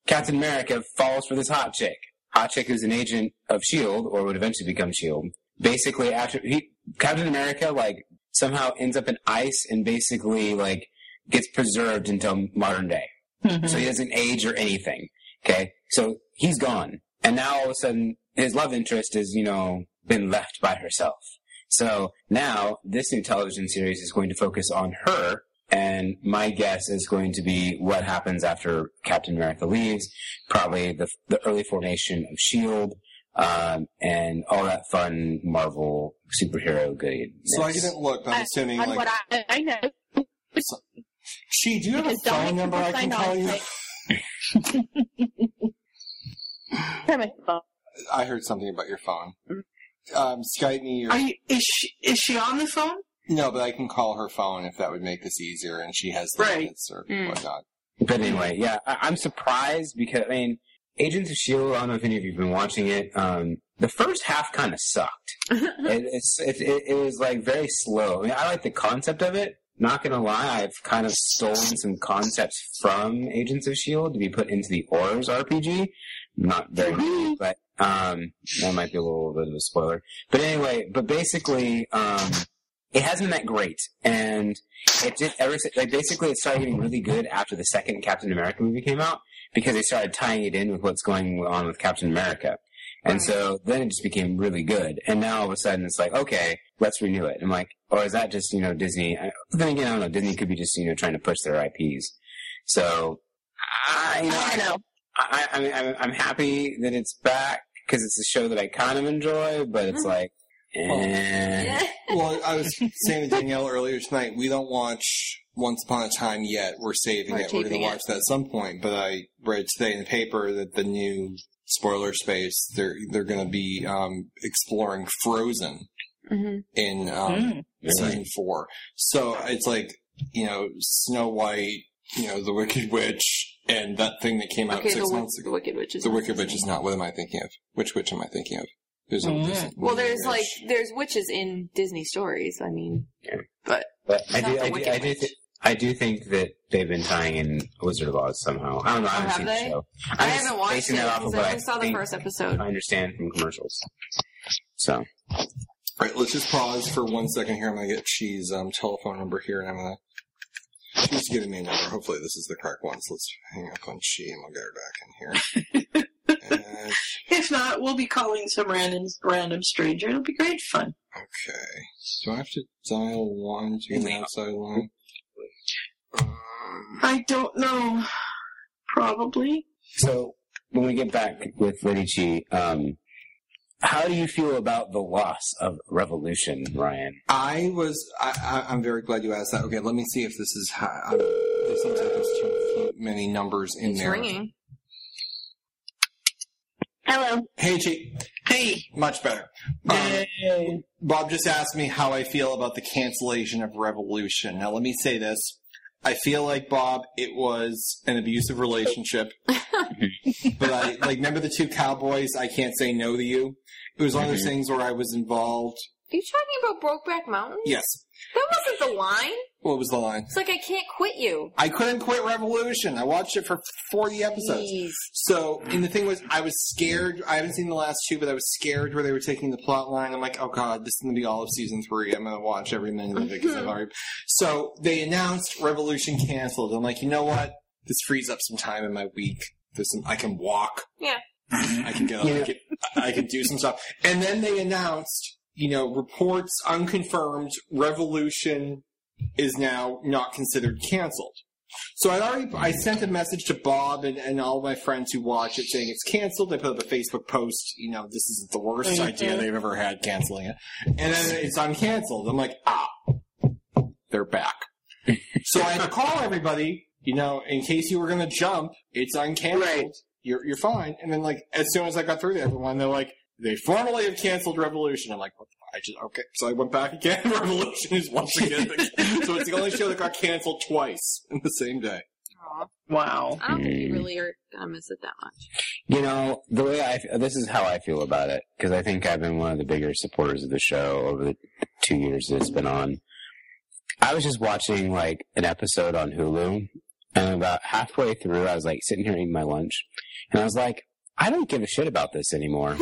D: Captain America falls for this hot chick. Hot chick who's an agent of Shield, E or would eventually become Shield. E Basically, after he, Captain America, like somehow ends up in ice and basically like gets preserved until modern day.
C: Mm-hmm.
D: So he doesn't age or anything. Okay. So he's gone. And now all of a sudden his love interest is, you know, been left by herself. So now this new television series is going to focus on her. And my guess is going to be what happens after Captain America leaves. Probably the, the early formation of S.H.I.E.L.D. E um, and all that fun Marvel superhero good.
A: So I didn't look, but I'm assuming
E: on
A: like
E: what I, I know.
A: she. Do you have a
E: Because don't
A: phone
E: make
A: number
E: people
A: I can
E: sign
A: call
E: on,
A: you?
E: like- Turn my phone.
A: I heard something about your phone. Um, Skype me
C: Are
A: or
C: you, is she is she on the phone?
A: no, but I can call her phone if that would make this easier, and she has the
C: Right.
A: minutes or
B: Mm.
A: whatnot.
D: But anyway, yeah, I- I'm surprised because I mean, Agents of Shield. I don't know if any of you've been watching it. Um, the first half kind of sucked. it, it's it, it, it was like very slow. I mean, I like the concept of it. Not gonna lie, I've kind of stolen some concepts from Agents of Shield E to be put into the Ors RPG. Not very many, but um, that might be a little bit of a spoiler. But anyway, but basically, um, it hasn't been that great, and it did ever si- like basically it started getting really good after the second Captain America movie came out because they started tying it in with what's going on with Captain America. And so then it just became really good. And now all of a sudden it's like, okay, let's renew it. I'm like, or is that just, you know, Disney? I, then again, I don't know. Disney could be just, you know, trying to push their IPs. So, I, you know,
C: I know.
D: I, I mean, I'm, I'm happy that it's back because it's a show that I kind of enjoy, but it's
B: Mm-hmm.
D: like, eh.
A: Well, I was saying to Danielle earlier tonight, we don't watch Once Upon a Time yet. We're saving
B: We're
A: it. We're going
B: taping
A: to
B: it.
A: watch that at some point. But I read today in the paper that the new spoiler space they're they're going to be um, exploring Frozen
B: Mhm.
A: in um,
C: Mm.
A: season four. So it's like you know Snow White, you know the Wicked Witch, and that thing that came out
B: Okay, the,
A: six
B: Wi-
A: months
B: the
A: ago.
B: Wicked Witch is
A: The
B: not
A: Wicked Witch
B: Disney.
A: is not. What am I thinking of? Which witch am I thinking of? There's no. there's a-
B: Mm-hmm. Well, there's
A: witch.
B: like there's witches in Disney stories. I mean,
D: But I
B: Not
D: do,
B: the
D: I do,
B: Wicked
D: I do,
B: Witch.
D: th- I do think that they've been tying in Wizard of Oz somehow. I don't know.
B: Oh,
D: I haven't
B: have
D: seen
B: they?
D: the show. I'm
B: I
D: just
B: haven't watched
D: basing
B: it.
D: that off of
B: 'cause
D: what
B: I only saw the
D: think
B: first episode.
D: I understand from commercials. So
A: All right, let's just pause for one second here. I'm gonna get She's um, telephone number here, and I'm gonna. She's giving me a number. Hopefully, this is the correct one. So let's hang up on she, and we'll get her back in here. And-
C: If not, we'll be calling some random random stranger. It'll be great fun.
A: okay. Do I have to dial one to get an outside line? Um,
C: I don't know. Probably.
D: So when we get back with Lady Chi, um, how do you feel about the loss of Revolution, Ryan?
A: I was. I, I, I'm very glad you asked that. Okay, let me see if this is. How, I'm, there seems like there's too many numbers in
B: It's
A: there.
B: ringing.
E: Hello.
A: Hey, Chi.
C: Hey.
A: Much better. Um, Bob just asked me how I feel about the cancellation of Revolution. Now, let me say this. I feel like Bob, it was an abusive relationship. but I like remember the two cowboys. I can't say no to you. It was one of those things where I was involved.
B: Are you talking about Brokeback Mountain?
A: Yes.
B: That wasn't the line.
A: What was the line?
B: It's like I can't quit you.
A: I couldn't quit Revolution. I watched it for forty episodes.
B: Jeez.
A: So, and the thing was, I was scared. I haven't seen the last two, but I was scared where they were taking the plot line. I'm like, oh god, this is gonna be all of season three. I'm gonna watch every minute of it because I've already. So they announced Revolution canceled. I'm like, you know what? This frees up some time in my week. There's some I can walk.
B: Yeah.
A: I can go. I, can, I can do some stuff. And then they announced, you know, reports unconfirmed. Revolution is now not considered canceled. So I already I sent a message to Bob and, and all my friends who watch it saying it's canceled. I put up a Facebook post, you know, this is the worst idea they've ever had canceling it. And then it's uncanceled. I'm like, ah, they're back. so I had to call everybody, you know, in case you were going to jump, it's uncanceled.
C: Right.
A: You're, you're fine. And then like, as soon as I got through to everyone, they're like, they formally have canceled Revolution. I'm like, what the I just okay, so I went back again. Revolution is once again, the, so it's the only show that got canceled twice in the same day.
B: Aw.
C: Wow.
B: I don't think you really are gonna miss it that much.
D: You know, the way I f- this is how I feel about it because I think I've been one of the bigger supporters of the show over the two years that it's been on. I was just watching like an episode on Hulu, and about halfway through, I was like sitting here eating my lunch, and I was like, I don't give a shit about this anymore.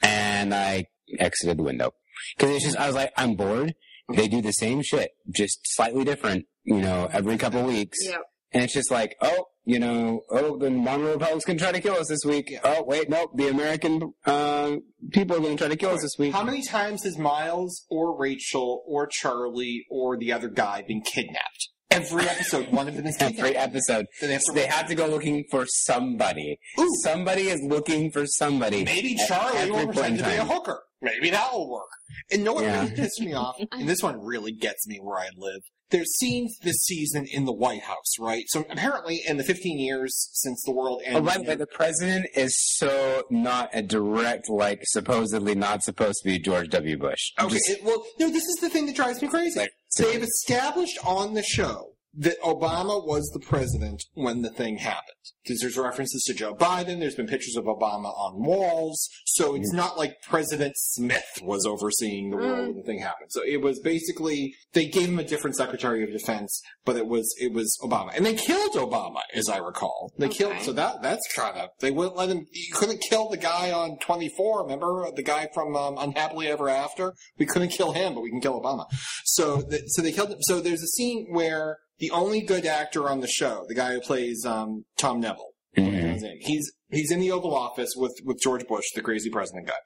D: and I exited the window because it's just I was like, I'm bored. They do the same shit, just slightly different, you know, every couple weeks.
B: Yep.
D: And it's just like, oh, you know, oh, the Monroe Republic's gonna try to kill us this week. Oh, wait, nope, the American uh, people are gonna try to kill us this week.
A: How many times has Miles or Rachel or Charlie or the other guy been kidnapped? Every episode, one of them is taken.
D: Every episode.
A: Then they have to-
D: So they have to go looking for somebody.
A: Ooh.
D: Somebody is looking for somebody.
A: Maybe
D: at
A: Charlie
D: every
A: will
D: point in
A: pretend to be a
D: time.
A: hooker. Maybe that will work. And no one
D: Yeah.
A: really pissed me off. And this one really gets me where I live. There's scenes this season in the White House, right? So apparently, in the 15 years since the world
D: Oh,
A: ended,
D: by the way, the president is so not a direct, like, supposedly not supposed to be George W. Bush.
A: Okay,
D: Just-
A: it- well, no, this is the thing that drives me crazy.
D: Like,
A: They've established on the show that Obama was the president when the thing happened. Because there's references to Joe Biden, there's been pictures of Obama on walls, so
D: Mm.
A: it's not like President Smith was overseeing the world when the thing happened. So it was basically they gave him a different Secretary of Defense, but it was it was Obama, and they killed Obama, as I recall. They killed
B: Okay.
A: so that that's kind of they wouldn't let him. You couldn't kill the guy on 24. Remember the guy from um, Unhappily Ever After? We couldn't kill him, but we can kill Obama. So, th- so they killed him. So there's a scene where the only good actor on the show, the guy who plays um, Tom Neville,
D: Mhm.
A: his name, he's he's in the Oval Office with with George Bush, the crazy president guy,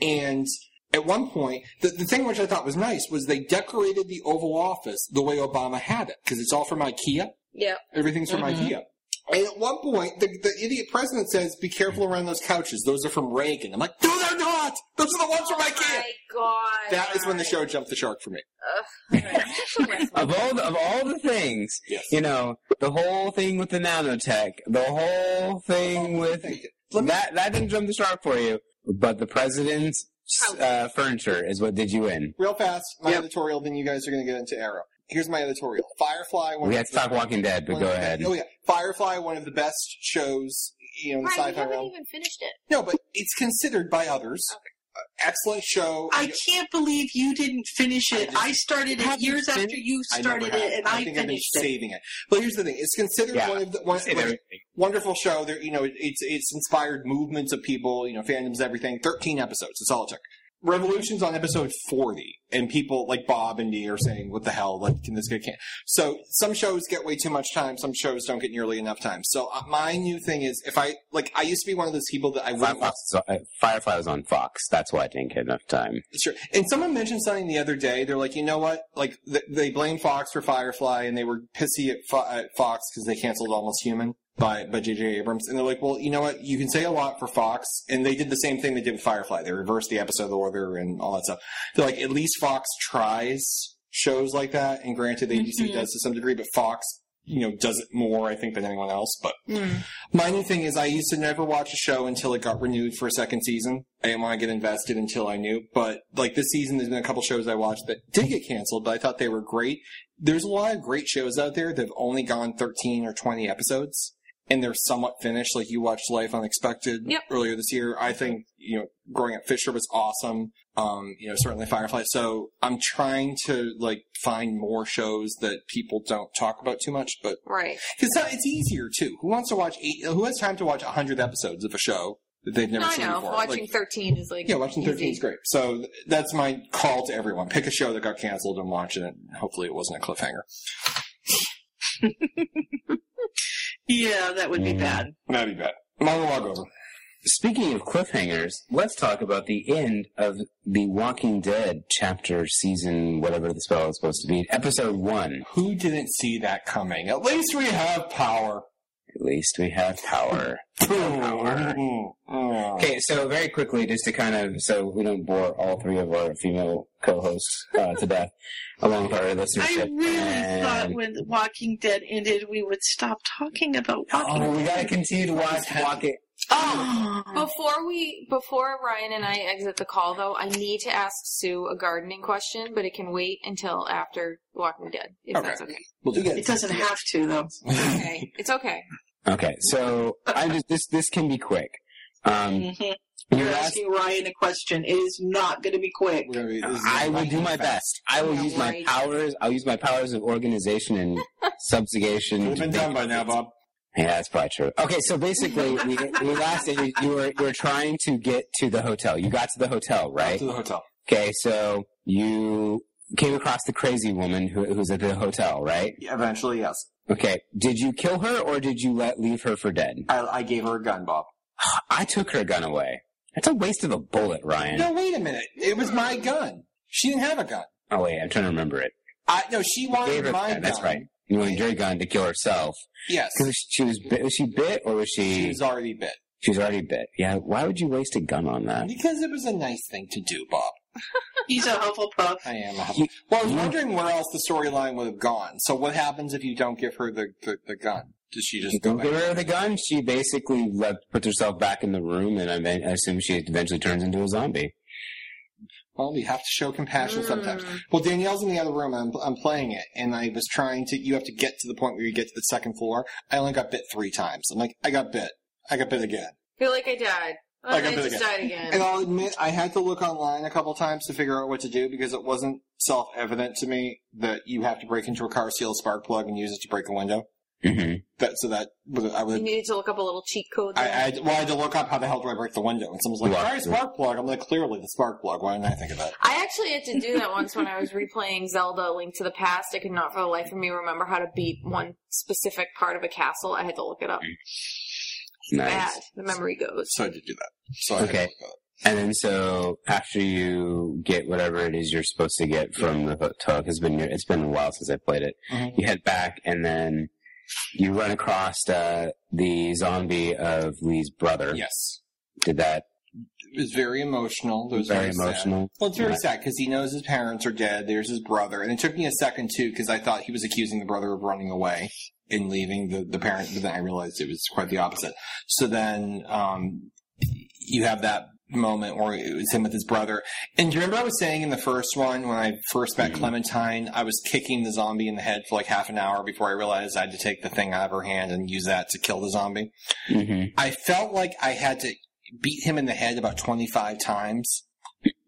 A: and. At one point, the, the thing which I thought was nice was they decorated the Oval Office the way Obama had it, because it's all from IKEA.
B: Yeah.
A: Everything's from
D: Mm-hmm.
A: IKEA. And at one point, the, the idiot president says, "Be careful
D: Mm-hmm.
A: around those couches. Those are from Reagan." I'm like, "No, they're not. Those are the ones from
D: Oh
A: IKEA."
B: My God.
A: That is when the show jumped the shark for me.
D: of all the, of all the things,
A: Yes.
D: you know, the whole thing with the nanotech, the whole thing with that that didn't jump the shark for you, but the president's uh, furniture is what did you in.
A: Real fast, my
D: Yep.
A: editorial. Then you guys are going to get into Arrow. Here's my editorial. Firefly. One
D: We
A: of
D: had to
A: the-
D: talk Walking Dead, but
A: one of
D: go
A: the-
D: ahead.
A: Oh yeah, Firefly, one of the best shows you know in the
J: Right, we
A: sci-fi
J: haven't
A: realm.
J: even finished it.
A: No, but it's considered by others. Uh, excellent show.
C: I can't believe you didn't finish
A: I
C: it.
A: just-
C: I started it years
A: fin-
C: after you
A: I never
C: started
A: have.
C: it, and
A: I
C: I
A: think I've been
C: finished it.
A: saving it. But here's the thing: it's considered
D: Yeah.
A: one of the one,
D: Say
A: one-
D: everything.
A: wonderful show. There, you know, it- it's it's inspired movements of people, you know, fandoms, everything. Thirteen episodes. That's all it took. Revolutions on episode forty, and people like Bob and me are saying, "What the hell? Like, can this get can?" So some shows get way too much time. Some shows don't get nearly enough time. So uh, my new thing is, if I like, I used to be one of those people that I wouldn't
D: Firefly was, on, uh, Firefly was on Fox. That's why I didn't get enough time.
A: Sure. And someone mentioned something the other day. They're like, you know what? Like th- they blame Fox for Firefly, and they were pissy at, Fo- at Fox because they canceled Almost Human by by J.J. Abrams. And they're like, well, you know what? You can say a lot for Fox, and they did the same thing they did with Firefly. They reversed the episode order and all that stuff. They're like, at least Fox tries shows like that, and granted, the ABC
C: Mhm.
A: does to some degree, but Fox. You know, does it more, I think, than anyone else. But my new thing is, I used to never watch a show until it got renewed for a second season. I didn't want to get invested until I knew. But like this season, there's been a couple shows I watched that did get canceled, but I thought they were great. There's a lot of great shows out there that have only gone 13 or 20 episodes, and they're somewhat finished. Like you watched Life Unexpected
B: Yep.
A: earlier this year. I think you know, growing up, Fisher was awesome. Um, you know, certainly Firefly. So I'm trying to like find more shows that people don't talk about too much, but
B: Right.
A: because uh, it's easier too. Who wants to watch eight? Who has time to watch hundred episodes of a show that they've never
B: No, I
A: seen
B: know.
A: before?
B: Watching
A: Like,
B: 13 is like.
A: yeah, watching thirteen is
B: easy.
A: great. So th- that's my call to everyone: pick a show that got canceled and watch it. Hopefully, it wasn't a cliffhanger.
C: Yeah, that would be
D: Mm.
C: bad.
A: That'd be bad. Monologue over.
D: Speaking of cliffhangers, let's talk about the end of the Walking Dead chapter, season, whatever the spell is supposed to be, episode one.
A: Who didn't see that coming? At least we have power.
D: At least we have power. Power.
A: Mm-hmm. Okay.
D: Okay, so very quickly, just to kind of, so we don't bore all three of our female co-hosts uh, to death, along with our listenership.
C: I really
D: and-
C: thought when The Walking Dead ended, we would stop talking about Walking
D: Oh,
C: Dead.
D: we gotta continue to watch Walking.
C: Oh,
B: uh. Before we, before Ryan and I exit the call, though, I need to ask Sue a gardening question, but it can wait until after Walking Dead, if
A: Okay.
B: that's okay.
A: We'll do
C: it doesn't have to though.
B: Okay, it's okay.
D: Okay, so I just this this can be quick. Um,
C: Mhm.
D: your
C: You're
D: last-
C: asking Ryan a question. It is not going to be quick.
A: We're gonna be, this is
D: I will
A: lightning
D: do my
A: fast.
D: best. I will
B: Yeah,
D: use my
B: right.
D: powers. I'll use my powers of organization and subjugation.
A: We've been
D: to
A: done
D: make-
A: by now, Bob.
D: Yeah, that's probably true. Okay, so basically, we, we last you, you were you were trying to get to the hotel. You got to the hotel, right?
A: To the hotel.
D: Okay, so you came across the crazy woman who, who's at the hotel, right?
A: Eventually, yes.
D: Okay, did you kill her or did you let leave her for dead?
A: I, I gave her a gun, Bob.
D: I took her gun away. That's a waste of a bullet, Ryan.
A: No, wait a minute. It was my gun. She didn't have a gun.
D: Oh wait, I'm trying to remember it.
A: I no, she wanted
D: Gave her
A: my
D: that,
A: gun.
D: that's right. using Jerry gun to kill herself.
A: Yes.
D: Because she was bit, was she bit or was she?
A: She was already bit.
D: She's already bit. Yeah. Why would you waste a gun on that?
A: Because it was a nice thing to do, Bob.
C: He's a Hufflepuff.
A: I am. A, well, I was wondering where else the storyline would have gone. So, what happens if you don't give her the, the, the gun? Does she just
D: You
A: go
D: don't
A: back?
D: give her the gun. She basically left, puts herself back in the room, and I, mean, I assume she eventually turns into a zombie.
A: Well, we have to show compassion
B: Mm.
A: sometimes. Well, Danielle's in the other room. I'm, I'm playing it, and I was trying to. You have to get to the point where you get to the second floor. I only got bit three times. I'm like, I got bit. I got bit again.
B: Feel like I died. Oh,
A: Like
B: I,
A: I did
B: just
A: again.
B: died again.
A: And I'll admit, I had to look online a couple times to figure out what to do because it wasn't self evident to me that you have to break into a car, steal a spark plug, and use it to break a window.
D: hmm
A: That so that would- I
B: you
A: would.
B: needed to look up a little cheat code.
A: I, I
B: there.
A: well, I had to look up how the hell do I break the window, and someone's like,
D: Lock
A: "Try a
D: it.
A: spark plug." I'm like, "Clearly, the spark plug." Why didn't I think of that?
B: I actually had to do that once when I was replaying Zelda Link to the Past. I could not for the life of me remember how to beat one specific part of a castle. I had to look it up.
D: Nice.
B: Bad. The memory goes.
A: So I did do that. So I had to
D: Okay.
A: look it up.
D: And then so after you get whatever it is you're supposed to get from the hook, hook has been your, it's been a while since I played it.
A: Mhm.
D: You head back and then you run across uh, the zombie of Lee's brother.
A: Yes.
D: Did that
A: It was very emotional. It was
D: very
A: very, sad.
D: emotional.
A: Well, it's very
D: Right.
A: sad because he knows his parents are dead. There's his brother, and it took me a second too because I thought he was accusing the brother of running away and leaving the the parent, but then I realized it was quite the opposite. So then um, you have that moment where it was him with his brother. And do you remember I was saying in the first one when I first met Clementine, I was kicking the zombie in the head for like half an hour before I realized I had to take the thing out of her hand and use that to kill the zombie.
D: Mm-hmm.
A: I felt like I had to beat him in the head about 25 times,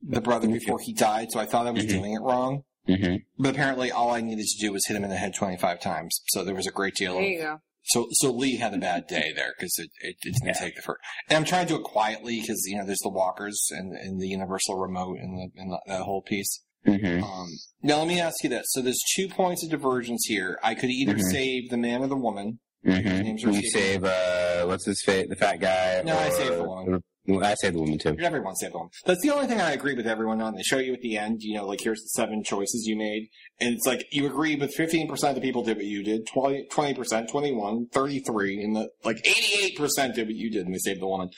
A: the brother, before he died, so I thought I was
D: Mhm.
A: doing it wrong.
D: Mm-hmm.
A: But apparently, all I needed to do was hit him in the head 25 times. So there was a great deal
B: There you
A: of.
B: go.
A: So, so Lee had a bad day there because it, it, it didn't
D: Yeah.
A: take the first. And I'm trying to do it quietly because, you know, there's the walkers and, and the universal remote and, the, and the, that whole piece.
D: Mm-hmm.
A: Um, now, let me ask you this. So there's two points of divergence here. I could either
D: Mhm.
A: save the man or the woman. Names
D: Mm-hmm.
A: are
D: You save uh, what's his face, the fat guy.
A: No, I
D: or-
A: saved the woman.
D: Well, I saved the woman too.
A: Everyone saved one. That's the only thing I agree with everyone on. They show you at the end, you know, like here's the seven choices you made. And it's like you agree with 15% of the people did what you did, 20, 20%, 21, 33, and the, like 88% did what you did and they saved the woman.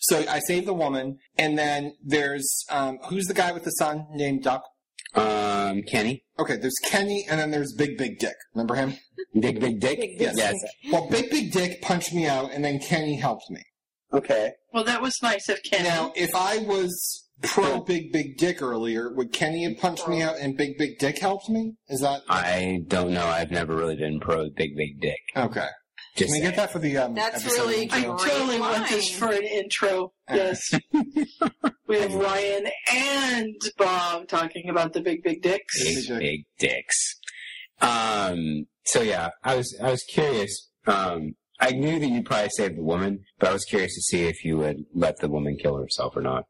A: So I saved the woman. And then there's, um, who's the guy with the son named Duck?
D: Um, Kenny,
A: Okay, there's Kenny and then there's Big Big Dick. Remember him?
D: big big dick.
B: Big, big
D: yes.
B: dick.
A: Well, Big Big Dick punched me out and then Kenny helped me.
D: Okay.
C: Well, that was nice of Ken.
A: Now, if I was pro Big Big Dick earlier, would Kenny have punched me out and Big Big Dick helped me? Is that
D: I don't know. I've never really been pro big big dick.
A: okay? Can
D: Just
A: we
D: saying.
A: get that for the um?
B: That's
A: episode
B: really
C: I
A: intro?
B: Great
C: totally want this
B: line.
C: for an intro. Yes. we have Ryan and Bob talking about the big, big dicks.
D: big, big dicks. Um, so yeah, I was I was curious. Um, I knew that you'd probably save the woman, but I was curious to see if you would let the woman kill herself or not.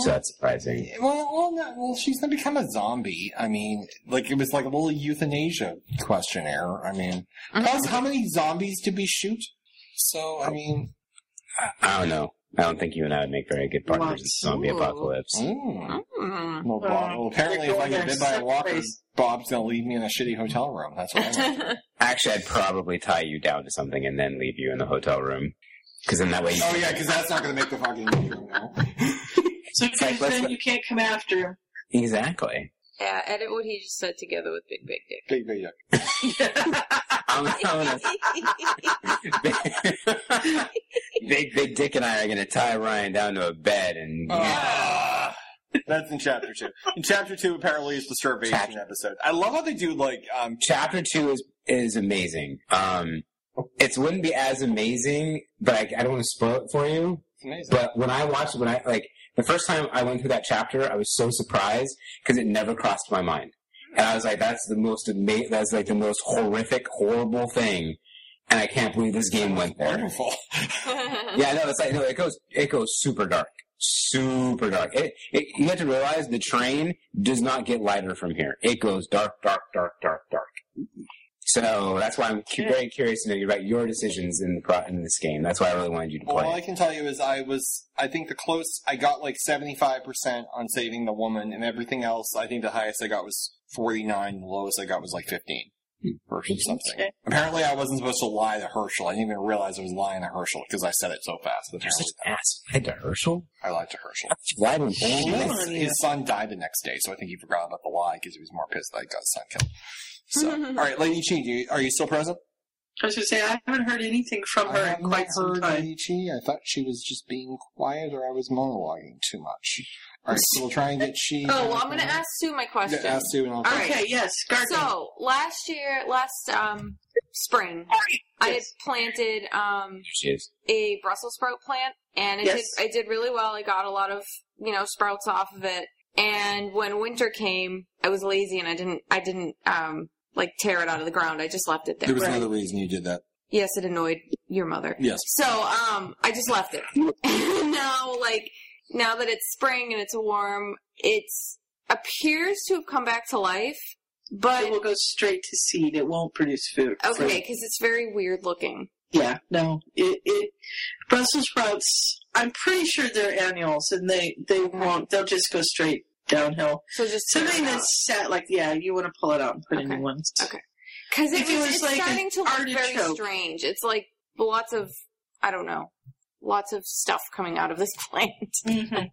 D: So that's surprising.
A: Well, well, no, well, she's gonna become a zombie. I mean, like it was like a little euthanasia questionnaire. I mean,
D: Mm-hmm.
A: plus how many zombies did we shoot? So I mean,
D: I, I don't know. I don't think you and I would make very good partners in the zombie
B: Ooh.
D: apocalypse.
A: mm.
B: Mm.
A: well, Bob, well, apparently if I get bit by a walker, Bob's gonna leave me in a shitty hotel room. That's what I'm. gonna do.
D: Actually, I'd probably tie you down to something and then leave you in the hotel room. Because then that way you
A: Oh yeah, because that's not gonna make the fucking intro now.
C: So because
D: let's
C: then
D: let-
C: you can't come after him.
D: Exactly.
B: yeah, edit what he just said together with Big Big Dick.
A: Big Big Dick.
D: I'm, I'm gonna... big, big Dick and I are going to tie Ryan down to a bed and
A: Oh. That's in chapter two. In chapter two, apparently, is the starvation
D: Chapter-
A: episode. I love how they do like um,
D: chapter two is is amazing. Um, it wouldn't be as amazing, but I, I don't want to spoil it for you.
A: it's amazing.
D: But when I watched, when I like the first time I went through that chapter, I was so surprised because it never crossed my mind, and I was like, "That's the most ama- That's like the most horrific, horrible thing." And I can't believe this game went there.
A: Wonderful.
D: Yeah, no, it's like no, it goes it goes super dark, super dark. It, it, you have to realize the train does not get lighter from here. It goes dark, dark, dark, dark, dark. So that's why I'm cu- very curious to know about your decisions in the pro- in this game. That's why I really wanted you to
A: All
D: play.
A: I can tell you is I was, I think the close, I got like 75% on saving the woman, and everything else, I think the highest I got was 49, the lowest I got was like 15. Herschel something. Apparently, I wasn't supposed to lie to Herschel. I didn't even realize I was lying to Herschel because I said it so fast. But
D: There's such an ass. I to Herschel.
A: I lied to Herschel.
D: Why didn't
A: His, his son died the next day, so I think he forgot about the lie because he was more pissed that I got his son killed. So, all right, Lady Chi, do you, are you still present?
C: I was going to say, I haven't heard anything from her in quite some
A: heard
C: time.
A: Lady Chi. I thought she was just being quiet, or I was monologuing too much. All right, so we'll try and get Chi.
B: Oh, well, I'm going to ask Sue my question.
A: Yeah, ask Sue and I'll
B: All right.
C: Okay, yes, garden.
B: So last year, last um, spring, I had planted um,
D: She is.
B: a Brussels sprout plant, and it
C: Yes.
B: did, I did really well. I got a lot of you know sprouts off of it. And when winter came, I was lazy and I didn't I didn't um, like tear it out of the ground. I just left it there.
A: There was another reason you did that.
B: Yes, it annoyed your mother.
A: Yes.
B: So um, I just left it. now, like now that it's spring and it's warm, it's appears to have come back to life, but
C: It will go straight to seed. It won't produce food. So,
B: Okay, because it's very weird looking.
C: yeah, no. It, it Brussels sprouts. I'm pretty sure they're annuals, and they they won't. They'll just go straight downhill.
B: So just
C: Something that's set, like yeah, you want to pull it out and put in
B: Okay.
C: new ones.
B: Okay. because it
C: if it
B: was,
C: was
B: it's
C: like an
B: starting to look very
C: artichoke.
B: strange. It's like lots of I don't know, lots of stuff coming out of this plant.
C: Mhm.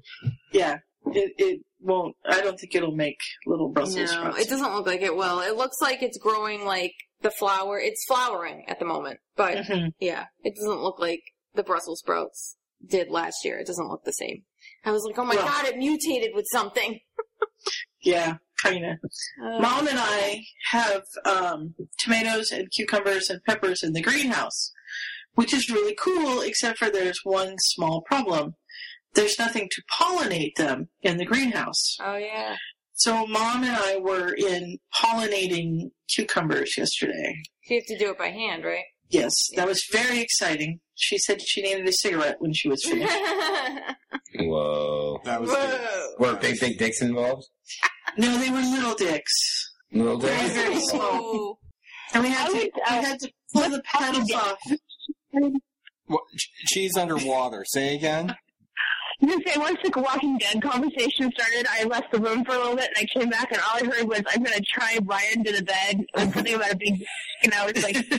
C: yeah, it it won't. I don't think it'll make little Brussels
B: no,
C: sprouts.
B: it doesn't look like it will. It looks like it's growing like the flower. It's flowering at the moment, but
C: Mhm.
B: yeah, it doesn't look like the Brussels sprouts did last year. It doesn't look the same. I was like, oh my
C: Well-
B: god, it mutated with something.
C: Yeah, kind of.
B: Uh,
C: Mom and I have um, tomatoes and cucumbers and peppers in the greenhouse, which is really cool, except for there's one small problem. There's nothing to pollinate them in the greenhouse.
B: oh yeah.
C: So mom and I were in pollinating cucumbers yesterday.
B: You have to do it by hand, right?
C: Yes, that was very exciting. She said she needed a cigarette when she was finished.
D: Whoa.
A: That was good.
B: Whoa.
D: Were big, big dicks involved?
C: no, they were little dicks.
D: Little
C: Very,
D: dicks?
C: very small. And we had to, we
A: uh,
C: had to pull the petals off.
A: What, Ch- Chi's underwater. Say again.
M: I was gonna say once the Walking Dead conversation started, I left the room for a little bit and I came back and all I heard was, "I'm gonna try Ryan to the bed." And something about a big, and I was like,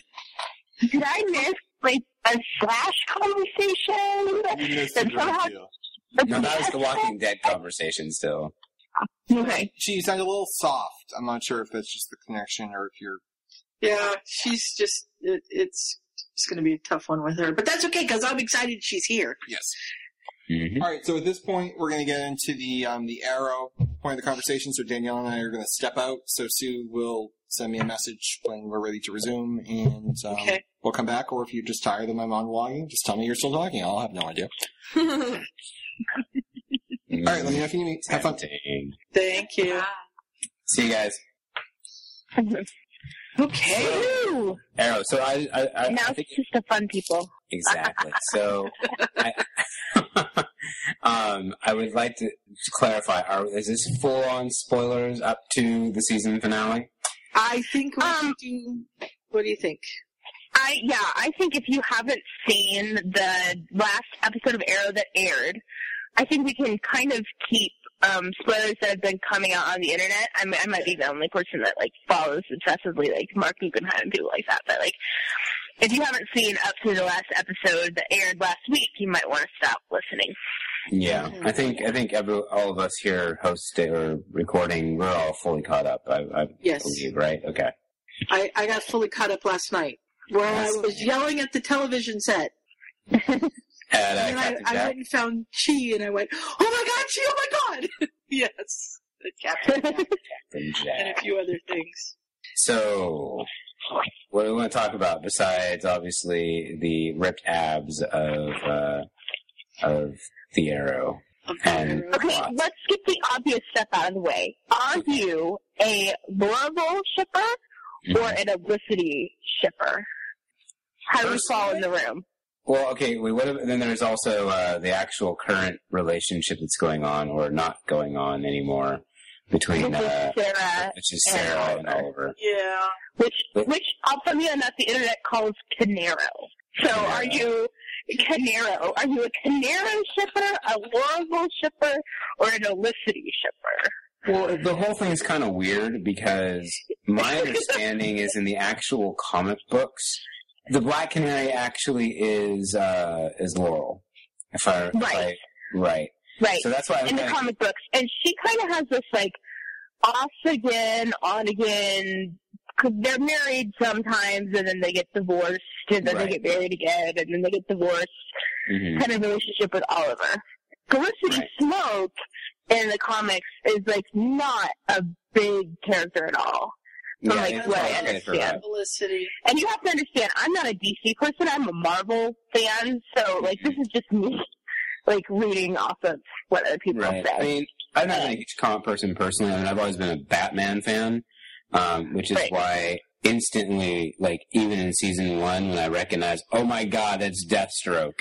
M: "Did I miss like a slash conversation?"
G: You missed
M: Then
G: a great
M: somehow-
G: deal.
D: No, that was the Walking Dead conversation still.
M: Okay,
A: She sounded a little soft. I'm not sure if that's just the connection or if you're.
C: Yeah, she's just it, it's it's going to be a tough one with her, but that's okay because I'm excited she's here.
A: Yes.
D: Mm-hmm.
A: All right, so at this point, we're going to get into the um, the arrow point of the conversation. So Danielle and I are going to step out. So Sue will send me a message when we're ready to resume, and um,
C: Okay.
A: we'll come back. Or if you're just tired of my monologuing, just tell me you're still talking. I'll have no idea. All
D: Mm-hmm.
A: right, let me know if you need me. Have fun.
C: Thank you.
D: See you guys.
C: Okay.
M: Ooh,
D: Arrow. So I, I, I,
M: now
D: I think
M: it's just the fun people.
D: Exactly. So, I, um, I would like to, to clarify: Are is this full on spoilers up to the season finale?
C: I think we
M: Um,
C: should do. What do you think?
M: I yeah, I think if you haven't seen the last episode of Arrow that aired, I think we can kind of keep um, spoilers that have been coming out on the internet. I, mi- I might be the only person that like follows obsessively like Mark Guggenheim and people like that, but like if you haven't seen up to the last episode that aired last week, you might want to stop listening.
D: Yeah,
C: Mm-hmm.
D: I think I think every, all of us here, host or recording, we're all fully caught up. I, I
C: Yes,
D: believe, right? Okay.
C: I I got fully caught up last night where I
D: Yes.
C: was yelling at the television set,
D: And, uh,
C: and then
D: Captain
C: I, I
D: Jack.
C: went and found Chi, and I went, "Oh my God, Chi! Oh my God!" yes, the captain
D: Captain
C: and
D: Jack.
C: a few other things.
D: So, what do we want to talk about besides obviously the ripped abs of uh, of the arrow? And-
M: Okay, let's get the obvious stuff out of the way. Are you a Lorville shipper or an Elicity shipper? How do we fall in the room?
D: Well, okay. Wait, what? If, then there's also uh, the actual current relationship that's going on or not going on anymore between,
M: This is
D: uh,
M: Sarah,
D: which is Sarah and Oliver.
C: yeah,
M: which which I'll tell you, and that the internet calls Canero. So are you Canero? Are you a Canero shipper, a Lorville shipper, or an Elicity shipper?
D: Well, the whole thing is kind of weird because my understanding is in the actual comic books, the Black Canary actually is uh, is Laurel. If I if I- right,
M: Right.
D: So that's why I'm
M: in the
D: kinda-
M: comic books, and she kind of has this like off again, on again. Cause they're married sometimes, and then they get divorced, and then they get married again, and then they get divorced.
D: mm-hmm.
M: Kind of relationship with Oliver. Felicity Smoke in the comics is like not a big character at all. From
C: Yeah,
M: like
C: it's
M: what I
C: hard to get her
M: understand.
C: up. Felicity.
M: And you have to understand, I'm not a DC person. I'm a Marvel fan. So like,
D: Mm-hmm.
M: this is just me, like reading off of what other people
D: right.
M: say.
D: I mean, I'm not a huge comic person personally. I mean, I've always been a Batman fan, um, which is
M: Right.
D: why instantly, like even in season one, when I recognized, oh my god, that's Deathstroke.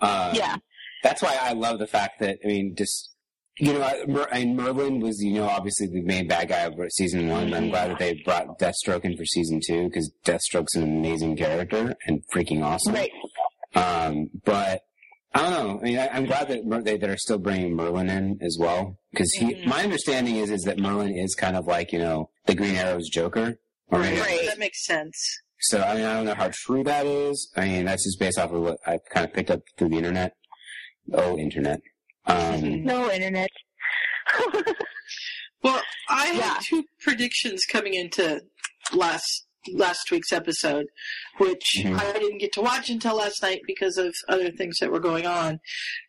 D: Um,
M: Yeah.
D: That's why I love the fact that I mean, just you know, I, Mer- I mean, Merlin was you know obviously the main bad guy of season one. I'm glad that they brought Deathstroke in for season two because Deathstroke's an amazing character and freaking awesome.
M: Right.
D: Um, but I don't know. I mean, I, I'm glad that Mer- they, they're still bringing Merlin in as well because he. My understanding is is that Merlin is kind of like you know the Green Arrow's Joker. Or maybe-
C: That makes sense.
D: So I mean, I don't know how true that is. I mean, that's just based off of what I've kind of picked up through the internet. Oh, internet. Um,
M: No internet.
C: Well, I have two predictions coming into last last week's episode, which I didn't get to watch until last night because of other things that were going on.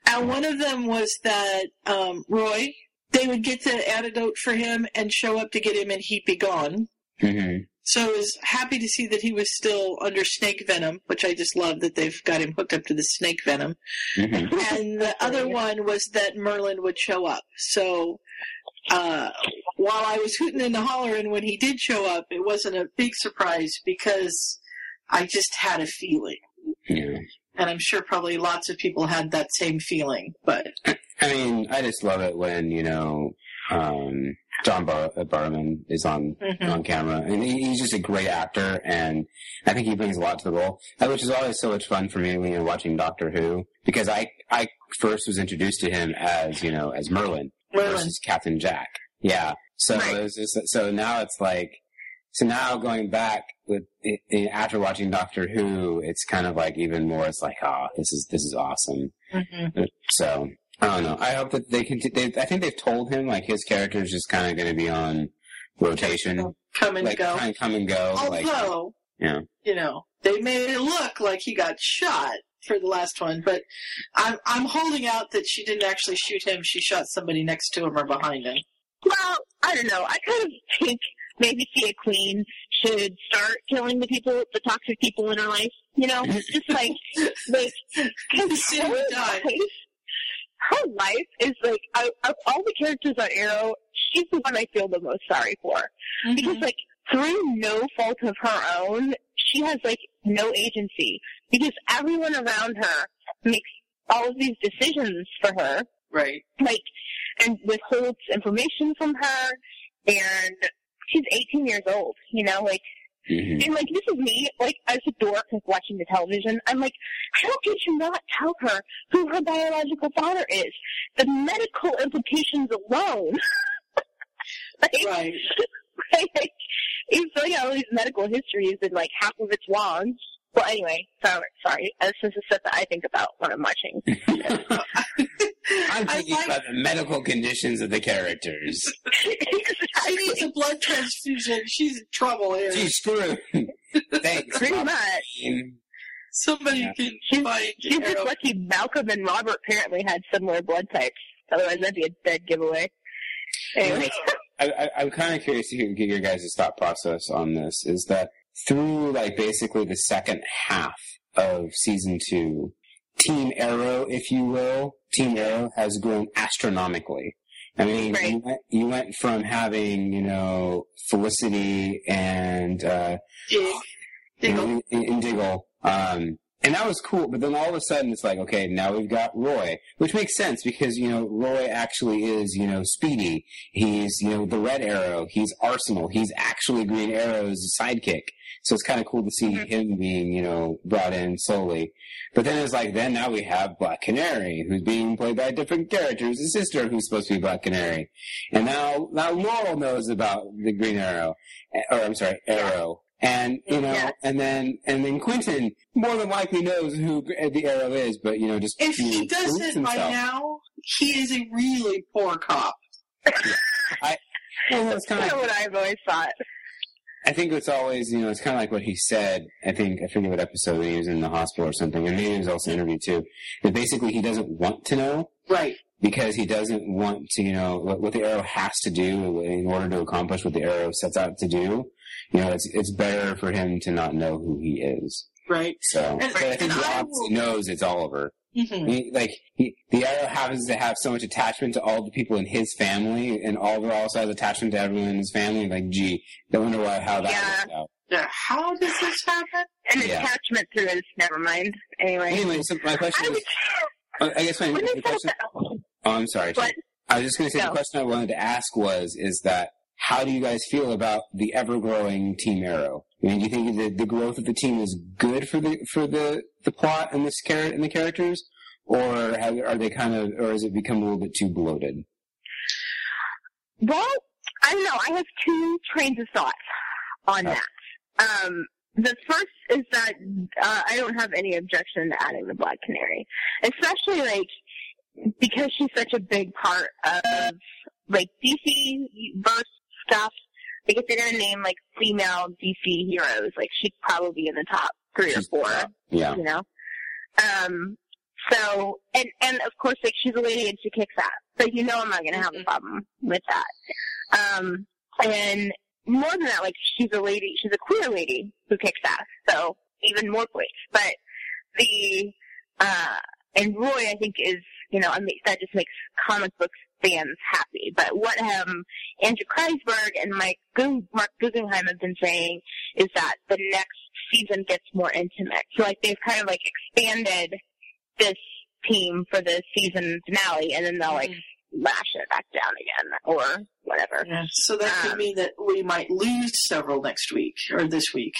C: And one of them was that um, Roy, they would get the antidote for him and show up to get him, and he'd be gone.
D: hmm
C: So I was happy to see that he was still under snake venom, which I just love that they've got him hooked up to the snake venom.
D: mm-hmm.
C: and the other one was that Merlin would show up. So uh, while I was hooting and hollering when he did show up, it wasn't a big surprise because I just had a feeling.
D: Yeah.
C: And I'm sure probably lots of people had that same feeling. But
D: I mean, I just love it when you know um, John Bar- uh, Barrowman is on
C: Mhm.
D: on camera, and he, he's just a great actor, and I think he brings a lot to the role, uh, which is always so much fun for me when you're watching Doctor Who because I I first was introduced to him as you know as Merlin,
C: Merlin.
D: versus Captain Jack, yeah. So it was just, so now it's like so now going back with i- i- after watching Doctor Who, it's kind of like even more. It's like ah, this is this is awesome. So I don't know. I hope that they can. They, I think they've told him like his character is just kind of going to be on rotation,
C: come and
D: like,
C: go. Oh,
D: kind of come and go. like,
C: although,
D: yeah,
C: you know, they made it look like he got shot for the last one, but I'm I'm holding out that she didn't actually shoot him. She shot somebody next to him or behind him.
M: Well, I don't know. I kind of think maybe Thea Queen should start killing the people, the toxic people in her life. You know, just like like
C: see her die.
M: Her life is like I, of all the characters on Arrow, she's the one I feel the most sorry for because like through no fault of her own, she has like no agency because everyone around her makes all of these decisions for her.
C: Right.
M: Like, and withholds information from her, and she's 18 years old, you know, like,
D: Mm-hmm.
M: and like, this is me, like, as a dork, like, watching the television, I'm like, how could you not tell her who her biological father is? The medical implications alone. like,
C: right.
M: like, he's filling out all these medical histories and like half of it's wrong. Well, anyway, sorry, sorry. Uh, This is stuff that I think about when I'm watching.
D: I'm thinking about the medical conditions of the characters.
C: She needs a blood transfusion. She's in trouble here.
D: She's screwed. Thanks.
M: Pretty much.
C: Somebody can find
M: She's just lucky Malcolm and Robert apparently had similar blood types. Otherwise, that'd be a dead giveaway. Anyway.
D: I, I, I'm kind of curious to hear, get your guys' thought process on this. Is that through like basically the second half of season two, Team Arrow, if you will, Team Arrow has grown astronomically. I mean, you, went, you went from having you know Felicity and uh,
C: Dig.
D: Diggle. and Diggle. Um, And that was cool, but then all of a sudden it's like, okay, now we've got Roy, which makes sense because, you know, Roy actually is, you know, Speedy. He's, you know, the Red Arrow. He's Arsenal. He's actually Green Arrow's sidekick. So it's kind of cool to see him being, you know, brought in solely. But then it's like, then now we have Black Canary, who's being played by a different character, who's his sister, who's supposed to be Black Canary. And now, now Laurel knows about the Green Arrow, eh, or I'm sorry, Arrow. And you know, and then and then Quentin more than likely knows who the Arrow is, but you know, just
C: If
D: you know,
C: he
D: proves
C: doesn't by
D: himself.
C: now, he is a really poor cop.
D: Well, that's kind of
M: what I've always thought.
D: I think it's always, you know, it's kind of like what he said. I think, I forget what episode he was in the hospital or something, and maybe he was also interviewed too. That basically he doesn't want to know.
C: Right.
D: Because he doesn't want to, you know, what, what the arrow has to do in order to accomplish what the arrow sets out to do. You know, it's, it's better for him to not know who he is.
C: Right.
D: So,
C: And-
D: but I
C: and
D: think he
C: I
D: obviously knows it's Oliver.
C: Mhm.
D: He, like he, the arrow happens to have so much attachment to all the people in his family, and Oliver also has attachment to everyone in his family. Like, gee, don't wonder why how that worked out.
C: Yeah. How does this happen?
M: An
D: Yeah.
M: attachment through it. Never mind. Anyway.
D: Anyway, so my question was, I I guess my the question.
M: Oh,
D: I'm sorry. Jim.
M: What?
D: I was just going to say
M: No.
D: the question I wanted to ask was, is that how do you guys feel about the ever-growing Team Arrow? I mean, do you think the, the growth of the team is good for the for the the plot and the char- and the characters, or have, are they kind of, or has it become a little bit too bloated?
M: Well, I don't know. I have two trains of thought on that. Um, the first is that uh, I don't have any objection to adding the Black Canary, especially like because she's such a big part of like DC verse stuff. Like if they're gonna name like female DC heroes, like she'd probably be in the top three or four.
D: Yeah.
M: You know. Um. So and and of course like she's a lady and she kicks ass. So you know I'm not gonna have a problem with that. Um. And more than that, like she's a lady. She's a queer lady who kicks ass. So even more place. But the uh and Roy, I think is you know I mean, that just makes comic book fans happy. But what um Andrew Kreisberg and Mike Gu- Mark Guggenheim have been saying is that the next season gets more intimate. So like they've kind of like expanded this team for the season finale, and then they'll like lash it back down again or whatever.
C: Yeah, so that could mean that we might lose several next week or this week.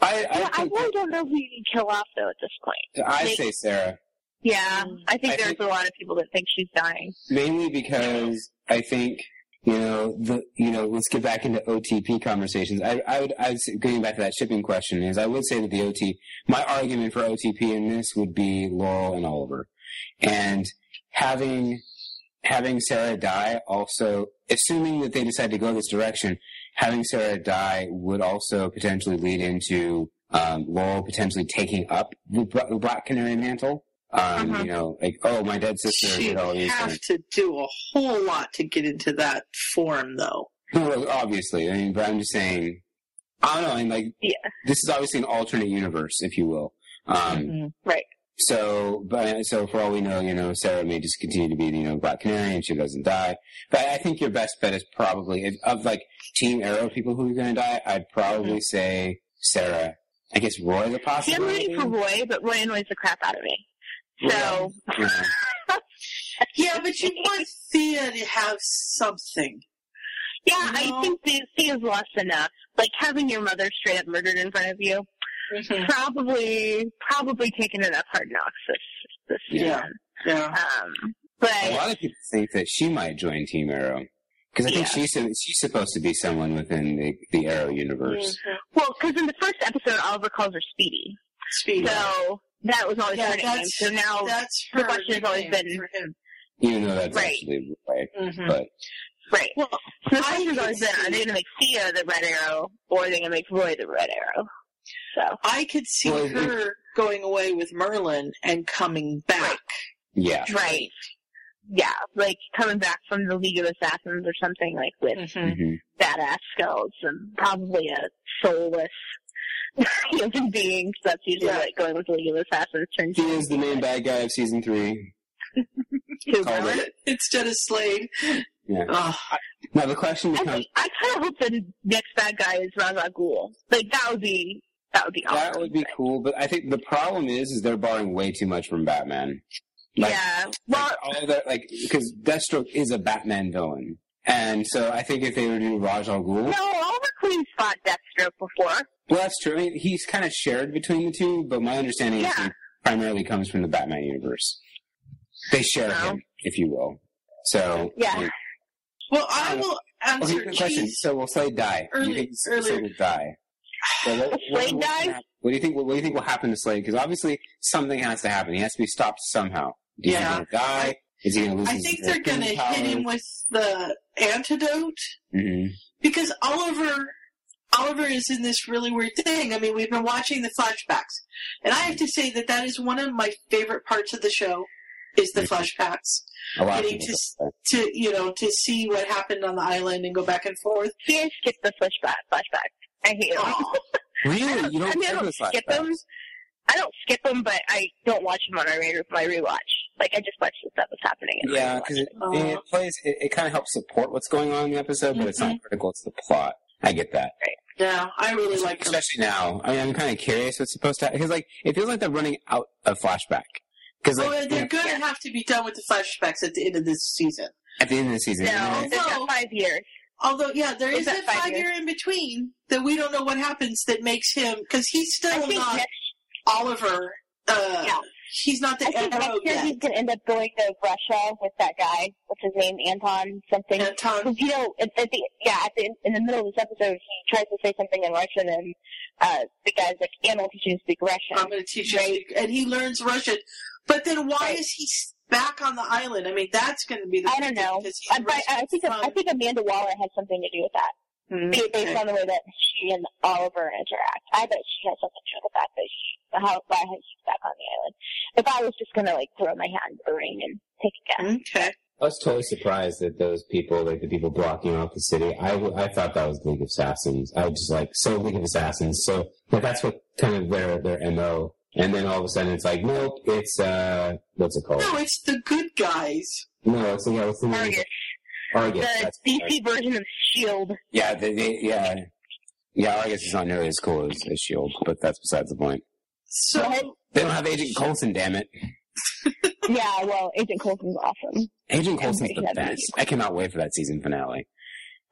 D: I I,
M: I really don't know who you can kill off though at this point.
D: I
M: Like,
D: say Sarah.
M: Yeah, I think
D: I
M: there's
D: think-
M: a lot of people that think she's dying.
D: mainly because I think you know the you know let's get back into OTP conversations. I I would I would say- going back to that shipping question is I would say that the OT my argument for OTP in this would be Laurel and Oliver, and having having Sarah die also assuming that they decide to go this direction, having Sarah die would also potentially lead into um, Laurel potentially taking up the Bla- the Black Canary mantle. Um, You know, like oh my dead sister
C: She'd
D: did all these things.
C: have to do a whole lot to get into that form, though.
D: Well, obviously, I mean, but I'm just saying. I don't know. I mean, like, this is obviously an alternate universe, if you will. Um,
C: Mm-hmm.
M: Right.
D: So, but so for all we know, you know, Sarah may just continue to be, you know, Black Canary, and she doesn't die. But I think your best bet is probably if, of like Team Arrow people who are going to die. I'd probably say Sarah. I guess Roy's a
M: See, I'm
D: possibility.
M: rooting for Roy, but Roy annoys the crap out of me. So
D: Yeah.
C: Yeah, but you want Thea to have something.
M: yeah, I think the C is lost enough. Like having your mother straight up murdered in front of you,
C: Mm-hmm.
M: probably probably taking enough hard knocks this this
D: Yeah.
M: season.
C: Yeah.
M: Um, but
D: a lot of people think that she might join Team Arrow because I think she's she's supposed to be someone within the, the Arrow universe.
M: Well, because in the first episode, Oliver calls her Speedy.
C: Speedy.
M: So that was always
C: Yeah,
M: her nickname.
C: that's-
M: So now
C: that's
M: the
C: her
M: question has always
C: nickname
M: been Mm-hmm.
D: even though that's
M: Right. Mm.
D: actually right.
C: Mhm.
D: But
M: right. Well, so the question has always been: Are they going to make Thea the Red Arrow, or are they going to make Roy the Red Arrow? So
C: I could see
M: Well, it-
C: her going away with Merlin and coming back.
D: yeah,
M: Right. Yeah, like coming back from the League of Assassins or something like with
D: Mm-hmm.
M: badass skulls and probably a soulless human being. So that's usually what going with the League of Assassins turns
D: he is the main bad guy of season three.
M: to.
D: Called
M: Merlin.
D: it.
C: Instead of Slade.
D: Yeah. Now the question
M: I,
D: becomes:
M: think- I kind of hope the next bad guy is Ra's al Ghul. Like that would be That would be awesome.
D: That would be cool, but I think the problem is, is they're borrowing way too much from Batman. Like,
M: yeah. Well,
D: all that, like, because Deathstroke is a Batman villain, and so I think if they were to do Raj al Ghul,
M: no, Oliver Queen's fought Deathstroke before.
D: well, that's true. I mean, he's kind of shared between the two, but my understanding is he
M: Yeah.
D: primarily comes from the Batman universe. They share
M: No.
D: him, if you will. So
M: Yeah.
C: Well, I will
D: Uh, Okay,
C: answer
D: good question.
C: cheese.
D: So will Slade die?
C: Early-
D: you think S-
C: earlier.
D: Slade will die? So what, what-
M: Slade
D: what's gonna
M: dies?
D: hap- What do you think? What, what do you think will happen to Slade? Because obviously something has to happen. He has to be stopped somehow. Do you
C: Yeah.
D: think he'll die? Is he going to lose?
C: I
D: his
C: think they're going to hit him with the antidote
D: hmm
C: because Oliver Oliver is in this really weird thing. I mean, we've been watching the flashbacks, and I have to say that that is one of my favorite parts of the show is the flashbacks.
D: A lot of
C: Getting
D: people
C: to
D: don't
C: to you know to see what happened on the island and go back and forth.
M: See, I skip the flashback. Flashback. I hate them.
C: Aw.
D: die. Really? Oh, You
M: I
D: don't
M: mean, I
D: care
M: don't
D: the
M: skip them. I don't skip them, but I don't watch them on my re- my rewatch. Like I just watch the stuff that's happening. and
D: Yeah,
M: rewatch
D: because it,
C: Uh,
D: it plays. It, it kind of helps support what's going on in the episode, but it's
C: Mm-hmm.
D: not critical. It's the plot. I get that.
C: Yeah, I really like them.
D: especially now. I mean, I'm kind of curious what's supposed to happen because like it feels like they're running out of flashback. Because like
C: Well, Oh, they're going to have to be done with the flashbacks at the end of this season.
D: at the end of the season,
M: No,
D: and
M: it's got five years.
C: Although, yeah, there
M: Was
C: is
M: that
C: that
M: five
C: five year in between that we don't know what happens that makes him because he's
M: I
C: still
M: think
C: not
M: next,
C: Oliver. Uh,
M: Yeah.
C: He's not the
M: I think
C: end
M: next
C: rogue
M: year
C: yet.
M: he's gonna end up going to Russia with that guy. What's his name? Anton something.
C: Anton.
M: Because you know, at, at the yeah, at the, in the middle of this episode, he tries to say something in Russian, and uh, the guy's like, "And I'll teach you to speak Russian."
C: I'm going to teach him, and he learns Russian. But then, why
M: Right.
C: is he s- back on the island? I mean, that's going to be the
M: I don't know.
C: because he
M: I, but I think
C: from-
M: I think Amanda Waller had something to do with that,
C: Mhm.
M: ba- based on the way that she and Oliver interact. I bet she has something to do with the fact that she how why she's back on the island. If I was just gonna like throw my hat in the ring and take a guess,
C: Okay.
D: I was totally surprised that those people, like the people blocking off the city, I, w- I thought that was League of Assassins. I was just like, so League of Assassins. So like, that's what kind of their, their MO. And then all of a sudden it's like, nope, it's, uh, what's it called?
C: No, it's the good guys.
D: No, it's, yeah, it's the name?
M: Argus,
D: Argus.
M: the
D: that's-
M: DC version of Shield.
D: Yeah, they, they, yeah. Yeah, Argus is not nearly as cool as, as S.H.I.E.L.D., E but that's besides the point.
C: So
D: They don't have Agent Coulson, damn it.
M: yeah, well, Agent Coulson's awesome.
D: Agent
M: Coulson's
D: Coulson's
M: the
D: the best. I cannot wait for that season finale.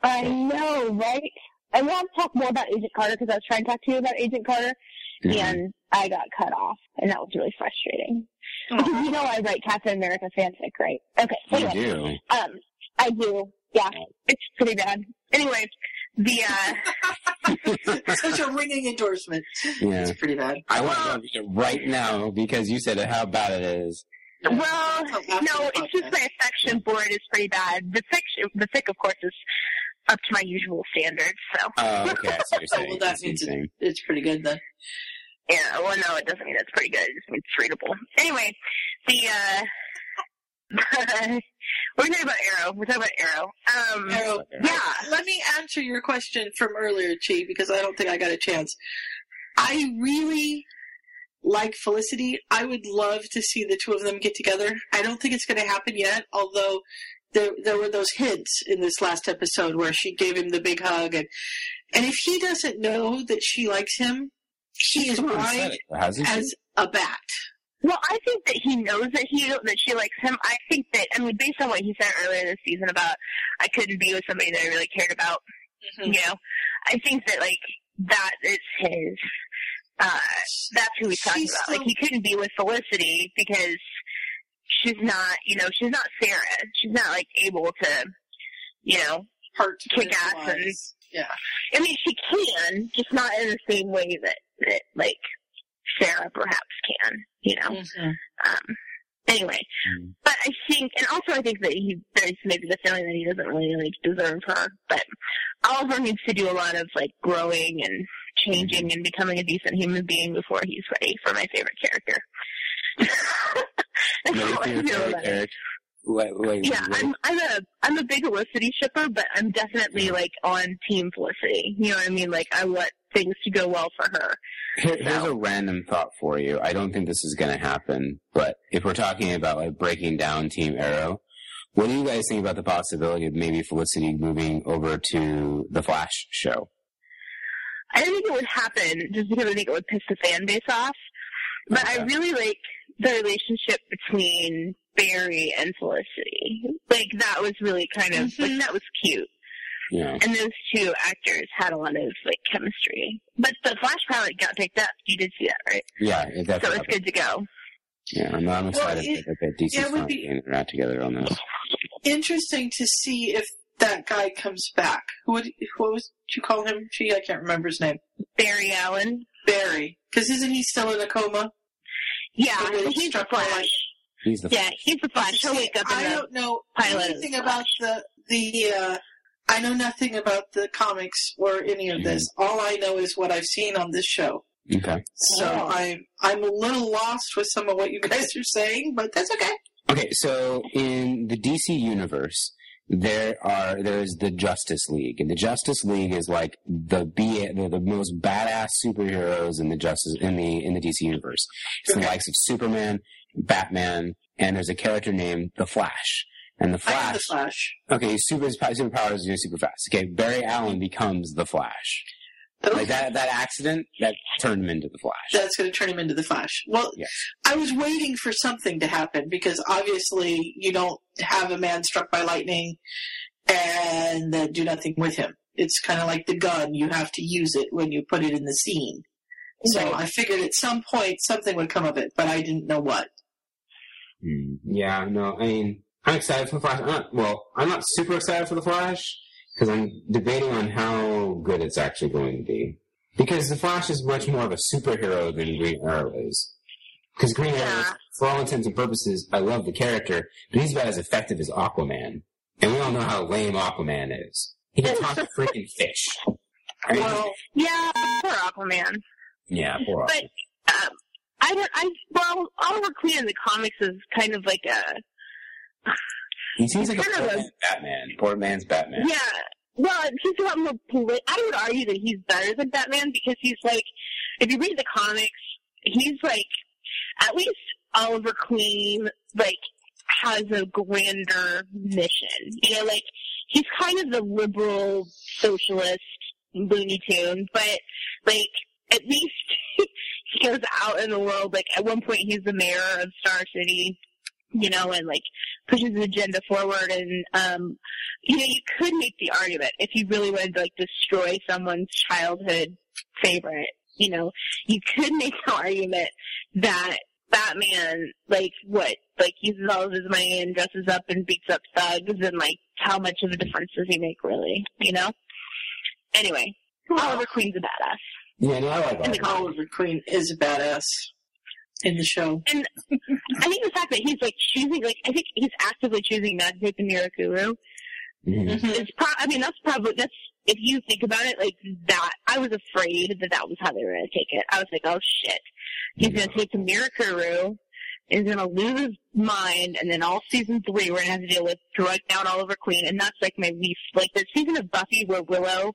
M: I know, right? I want to talk more about Agent Carter because I was trying to talk to you about Agent Carter,
D: Mm-hmm.
M: and I got cut off, and that was really frustrating. Because you know I write Captain America fanfic, right? Okay,
D: You
M: anyway,
D: do.
M: um, I do, yeah, it's pretty bad. Anyway, the uh,
C: such a ringing endorsement.
D: Yeah.
C: It's pretty bad.
D: I want to go read it right now because you said how bad it is.
M: well,
C: That's how-
M: no, it's just my affection board is pretty bad. The fiction, the fic, of course, is up to my usual standards, so
D: Oh, okay. I see what you're
C: Oh,
D: saying.
C: well, that
D: I see what
C: means
D: you're saying.
C: it, it's pretty good then.
M: Yeah, well, no, it doesn't mean that's pretty good. It just means it's readable. Anyway, the, uh, we're talking about Arrow. We're talking about Arrow. Um,
D: Mm,
C: Arrow,
M: yeah.
C: let me answer your question from earlier, Chi, because I don't think I got a chance. I really like Felicity. I would love to see the two of them get together. I don't think it's going to happen yet, although there there were those hints in this last episode where she gave him the big hug, and and if he doesn't know that she likes him, he is
D: Someone said
C: blind
D: it, hasn't she?
C: as a bat.
M: Well, I think that he knows that he that she likes him. I think that I mean, based on what he said earlier this season about I couldn't be with somebody that I really cared about.
C: Mhm.
M: You know, I think that like that is his. Uh, that's who he's talking
C: She's
M: about.
C: still-
M: Like he couldn't be with Felicity because she's not, you know, she's not Sarah. She's not like able to, you know,
C: Heart
M: Kick ass and-
C: wise. yeah.
M: I mean, she can, just not in the same way that, that like Sarah perhaps can, you know.
D: Mm-hmm.
M: Um, anyway,
D: Mm.
M: but I think, and also I think that he there's maybe the feeling that he doesn't really like deserve her. But Oliver needs to do a lot of like growing and changing and becoming a decent human being before he's ready for my favorite character. That's
D: Maybe
M: all I
D: for your
M: feel
D: favorite
M: about it.
D: character. Wait, wait,
M: Yeah,
D: wait.
M: I'm I'm a I'm a big Felicity shipper, but I'm definitely like on Team Felicity. You know what I mean? Like I want things to go well for her.
D: Here, here's a random thought for you. I don't think this is going to happen, but if we're talking about like breaking down Team Arrow, what do you guys think about the possibility of maybe Felicity moving over to the Flash show?
M: I didn't think it would happen just because I think it would piss the fan base off. But I really like the relationship between Barry and Felicity. Like that was really kind of like that was cute.
D: Yeah.
M: And those two actors had a lot of like chemistry. But the Flash pilot got picked up. You did see that, right?
D: Yeah, it
M: so
D: definitely.
M: it's good to go.
D: Yeah, I'm, I'm excited
C: it-
D: that the DC
C: yeah, it would
D: finally
C: be-
D: getting their act together on this.
C: Interesting to see if that guy comes back. What what was did you call him? Gee, I can't remember his name.
M: Barry Allen.
C: Barry, because isn't he still in a coma?
M: Yeah,
C: The way
M: he's
C: struck
M: the
C: by
M: Flash.
C: light.
D: He's the
M: Yeah, he's the Flash. He'll wake up in
C: I
M: the
C: don't know
M: pilot
C: anything about the the. Uh, I know nothing about the comics or any of this. All I know is what I've seen on this show.
D: Okay.
C: So
M: Oh.
C: I'm I'm a little lost with some of what you guys are saying, but that's okay.
D: Okay, so in the DC universe, there are there is the Justice League, and the Justice League is like the be the, the most badass superheroes in the Justice in the in the DC universe. It's the likes of Superman, Batman, and there's a character named the Flash. And the
C: I know the
D: Flash,
C: Flash.
D: okay, his super his superpowers is you're super fast. Okay, Barry Allen becomes the Flash. Like that that accident that turned him into the Flash.
C: That's going to turn him into the Flash. Well,
D: Yes.
C: I was waiting for something to happen because obviously you don't have a man struck by lightning and then do nothing with him. It's kind of like the gun; you have to use it when you put it in the scene. So
D: Right.
C: I figured at some point something would come of it, but I didn't know what.
D: Mm, Yeah, no, I mean, I'm excited for the Flash. I'm not, well, I'm not super excited for the Flash because I'm debating on how good it's actually going to be. Because the Flash is much more of a superhero than Green Arrow is. Because Green Arrow, is, for all intents and purposes, I love the character, but he's about as effective as Aquaman, and we all know how lame Aquaman is. He can talk to freaking fish. I mean,
M: Yeah, poor Aquaman.
D: yeah, poor
M: But um, I don't. I well, Oliver Queen in the comics is kind of like a
D: He seems like a
M: kind
D: poor
M: of a-
D: man's Batman. Poor man's Batman.
M: yeah. Well, he's a lot more. Poli- I would argue that he's better than Batman because he's like, if you read the comics, he's like at least Oliver Queen like has a grander mission. You know, like he's kind of the liberal socialist Looney Tune, but like at least he goes out in the world. Like at one point, he's the mayor of Star City, you know, and like pushes his agenda forward. And um, you know, you could make the argument if you really wanted to like destroy someone's childhood favorite. You know, you could make the argument that Batman, like, what, like, uses all of his money and dresses up and beats up thugs, and, like, how much of a difference does he make, really? You know? Anyway, Oliver Queen's a badass.
D: Yeah, no, I like
M: And the
D: Aquaman.
C: Oliver Queen is a badass in the show.
M: And I think the fact that he's like choosing, like I think he's actively choosing not to take the Mirakuru.
D: Mm-hmm.
M: It's pro- I mean, that's probably that's if you think about it, like that. I was afraid that that was how they were going to take it. I was like, oh shit, he's going to take the Mirakuru. Is going to lose his mind, and then all season three, we're going to have to deal with drug down Oliver Queen, and that's like my least like the season of Buffy where Willow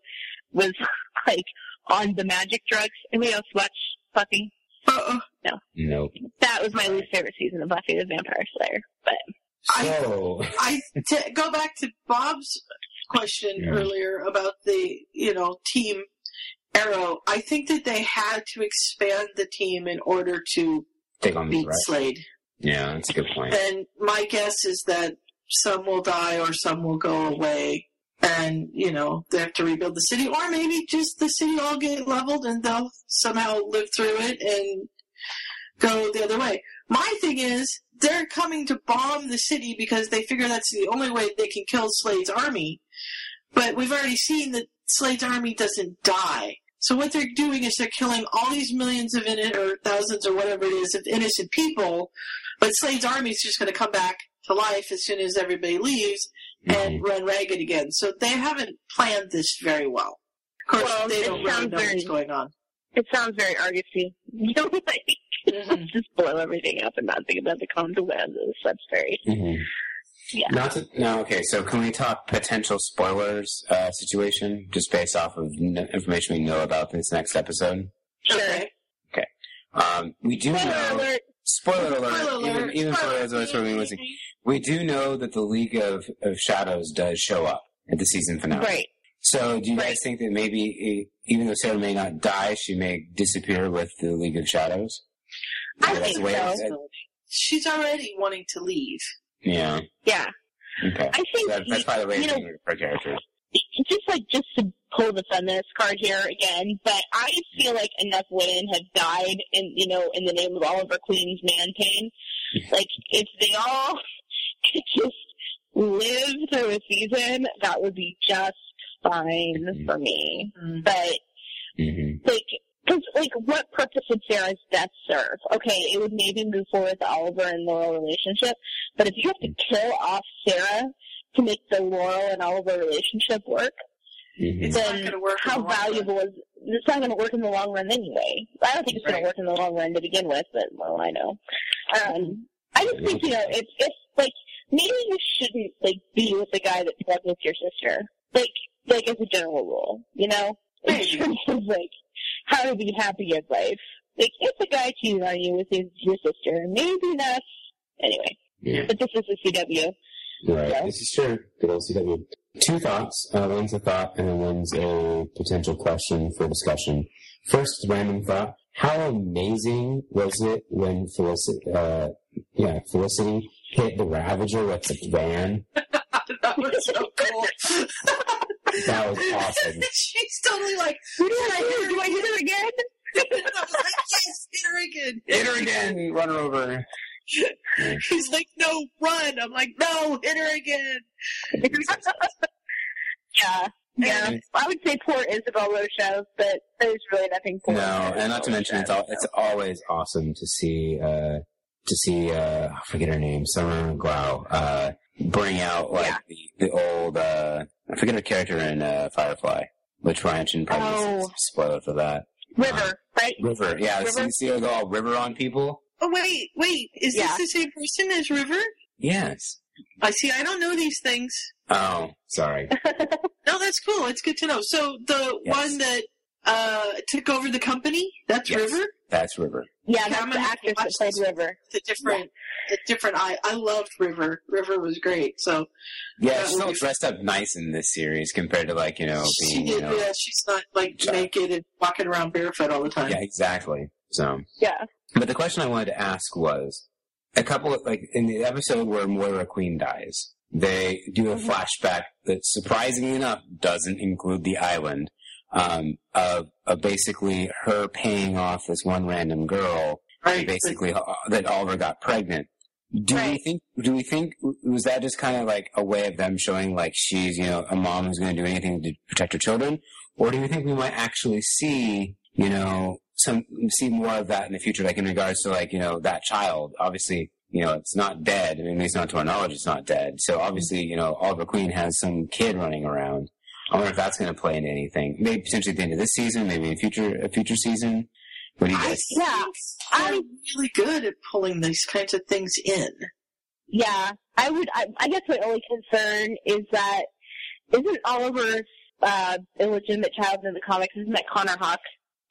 M: was like on the magic drugs. Anybody else watch Buffy?
C: Uh-uh.
M: No
D: Nope.
M: that was my least favorite season of Buffy the Vampire Slayer. But
D: So,
C: I to go back to Bob's question
D: Yeah.
C: earlier about the you know team Arrow. I think that they had to expand the team in order to
D: take on these
C: beat
D: right.
C: Slade.
D: Yeah, that's a good point.
C: And my guess is that some will die or some will go away, and you know they have to rebuild the city, or maybe just the city all get leveled and they'll somehow live through it and go the other way. My thing is, they're coming to bomb the city because they figure that's the only way they can kill Slade's army. But we've already seen that Slade's army doesn't die. So what they're doing is they're killing all these millions of innocent, or thousands or whatever it is of innocent people, but Slade's army is just going to come back to life as soon as everybody leaves
D: Mm-hmm.
C: and run ragged again. So they haven't planned this very well. Of course,
M: Well,
C: they
M: it
C: don't really
M: sounds
C: know what's
M: very-
C: going on.
M: it sounds very Argosy. You know, like just blow everything up and not think about the consequences. That's very
D: Mhm.
M: yeah.
D: Not to, no, okay. So can we talk potential spoilers uh, situation just based off of n- information we know about this next episode?
C: Okay.
D: Um, we do know.
M: alert.
D: Spoiler alert!
C: Spoiler
D: Even,
C: alert.
D: even for those of us who are listening, we do know that the League of, of Shadows does show up at the season finale.
M: Right.
D: So, do you guys think that maybe, eh, even though Sarah may not die, she may disappear with the League of Shadows?
C: I
D: Yeah, that's the
C: think
D: way
C: so.
D: it's-
C: She's already wanting to leave.
D: Yeah.
M: Yeah.
D: Okay.
M: I think,
D: that, that's probably the way
M: you know-
D: it's doing it for characters.
M: It's just like just to pull the feminist card here again, but I feel like enough women have died in you know in the name of Oliver Queen's man pain. Like if they all could just live through a season, that would be just fine for me. But
D: Mm-hmm.
M: like. Because, like, what purpose would Sarah's death serve? Okay, it would maybe move forward the Oliver and Laurel relationship, but if you have to kill off Sarah to make the Laurel and Oliver relationship work,
D: Mm-hmm.
C: It's not
M: then
C: gonna work in
M: how
C: the long
M: valuable is it's not going to work in the long run anyway. I don't think it's going to work in the long run to begin with, but well, I know.
C: Mm-hmm.
M: Um, I just think you know if if like maybe you shouldn't like be with the guy that's slept with your sister, like like as a general rule, you know, in terms of like how to be happy in life. Like if a guy cheated on you with his your sister, maybe that's anyway.
D: Yeah.
M: But this is the CW.
D: Right. This is true. Good old CW. Two thoughts. Uh, one's a thought, and one's a potential question for discussion. First, random thought. How amazing was it when Felicity, uh, yeah, Felicity hit the Ravager with the van?
C: that was so cool.
D: That was awesome.
C: She's totally like, do I hit her? Do I hit her
M: again?
C: I was like, yes, hit her again.
D: Hit her again! Run her over.
C: She's like, no, run. I'm like, no, hit her again.
M: yeah. Yeah, I would say poor Isabel Rocha, but there's really nothing poor.
D: No, and not to mention it's all, it's always awesome to see uh to see uh I forget her name, Summer Glau, uh bring out like the, the old uh I forget her character in uh Firefly, which Ryan should probably
M: Oh.
D: s- spoiler for that.
M: River, right?
D: River, yeah,
M: River?
D: see see her go all river on people?
C: Oh, wait, wait. Is
M: Yeah.
C: this the same person as River?
D: Yes.
C: I see. I don't know these things.
D: Oh, sorry.
C: No, that's cool. It's good to know. So the
D: Yes.
C: one that uh, took over the company, that's
D: Yes.
C: River?
D: That's River.
M: Yeah,
C: that's the actress that played
M: River.
C: The different, the different. I I loved River. River was great. So
D: Yeah,
C: That
D: she's
C: would
D: all
C: be-
D: dressed up nice in this series compared to like, you know,
C: she
D: being you
C: did.
D: know
C: Yeah, she's not like naked and walking around barefoot all the time.
D: Yeah, exactly. So
M: Yeah.
D: But the question I wanted to ask was a couple of, like, in the episode where Moira Queen dies, they do a flashback that surprisingly enough doesn't include the island, um, of, of basically her paying off this one random girl,
C: right,
D: basically uh, that Oliver got pregnant. Do we
M: Right.
D: think, do we think, was that just kind of like a way of them showing like she's, you know, a mom who's going to do anything to protect her children? Or do you think we might actually see, you know, some, see more of that in the future, like in regards to like, you know, that child? Obviously, you know, it's not dead. I mean, at least not to our knowledge, it's not dead. So obviously, you know, Oliver Queen has some kid running around. I wonder if that's going to play into anything. Maybe potentially at the end of this season, maybe in future, a future season. What do you guys?
M: Yeah,
C: I'm really good at pulling these kinds of things in.
M: Yeah, I would. I, I guess my only concern is that isn't Oliver's uh, illegitimate child in the comics? Isn't that Connor Hawk?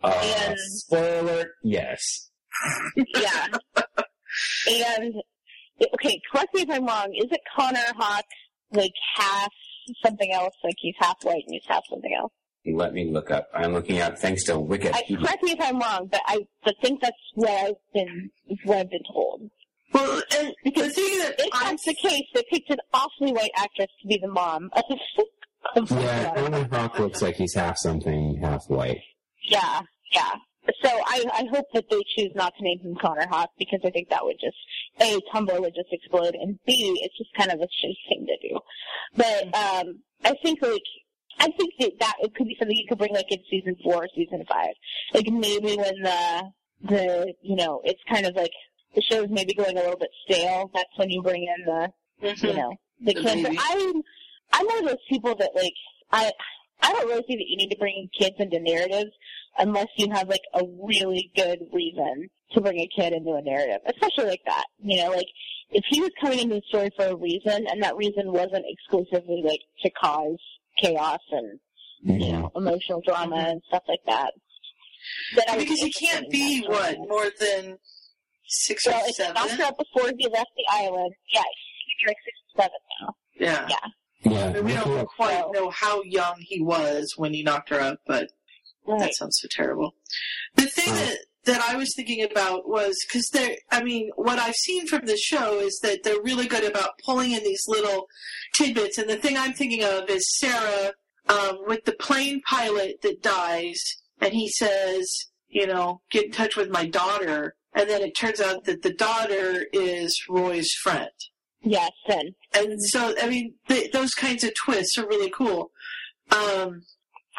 D: Uh, spoiler alert, yes.
M: yeah. And okay, correct me if I'm wrong. Is it Connor Hawk like half something else? Like he's half white and he's half something else.
D: Let me look up. I'm looking up thanks to Wicked.
M: I, correct me if I'm wrong, but I, I think that's what I've been what I've been told.
C: Well, and
M: because if that's the case, they picked an awfully white actress to be the mom.
D: Yeah, Connor Hawk looks like he's half something, half white.
M: yeah, yeah. So I, I hope that they choose not to name him Connor Hawk because I think that would just a Tumblr would just explode and b it's just kind of a shitty thing to do. But um, I think like I think that that it could be something you could bring like in season four, or season five, like maybe when the the you know it's kind of like the show's maybe going a little bit stale. That's when you bring in the you
C: Mhm.
M: know the
C: The
M: kids.
C: baby.
M: I'm I'm one of those people that like I I don't really see that you need to bring kids into narratives unless you have like a really good reason to bring a kid into a narrative, especially like that. You know, like if he was coming into the story for a reason and that reason wasn't exclusively like to cause chaos and you
C: Mm-hmm.
M: know emotional drama and stuff like that. Then I would
C: because
M: be
C: you can't
M: interested
C: be
M: in that
C: what
M: story.
C: more than six
M: Well,
C: or
M: it's
C: seven.
M: after before he left the island. Yeah, he's like six or seven now.
C: Yeah.
M: Yeah.
D: Yeah.
C: I mean, we
D: look it
C: don't
D: up.
C: quite know how young he was when he knocked her up, but that sounds so terrible. The thing that, that I was thinking about was because they're, I mean, what I've seen from this show is that they're really good about pulling in these little tidbits. And the thing I'm thinking of is Sarah um, with the plane pilot that dies, and he says, you know, get in touch with my daughter. And then it turns out that the daughter is Roy's friend.
M: Yes, then.
C: And so, I mean, th- those kinds of twists are really cool. Um,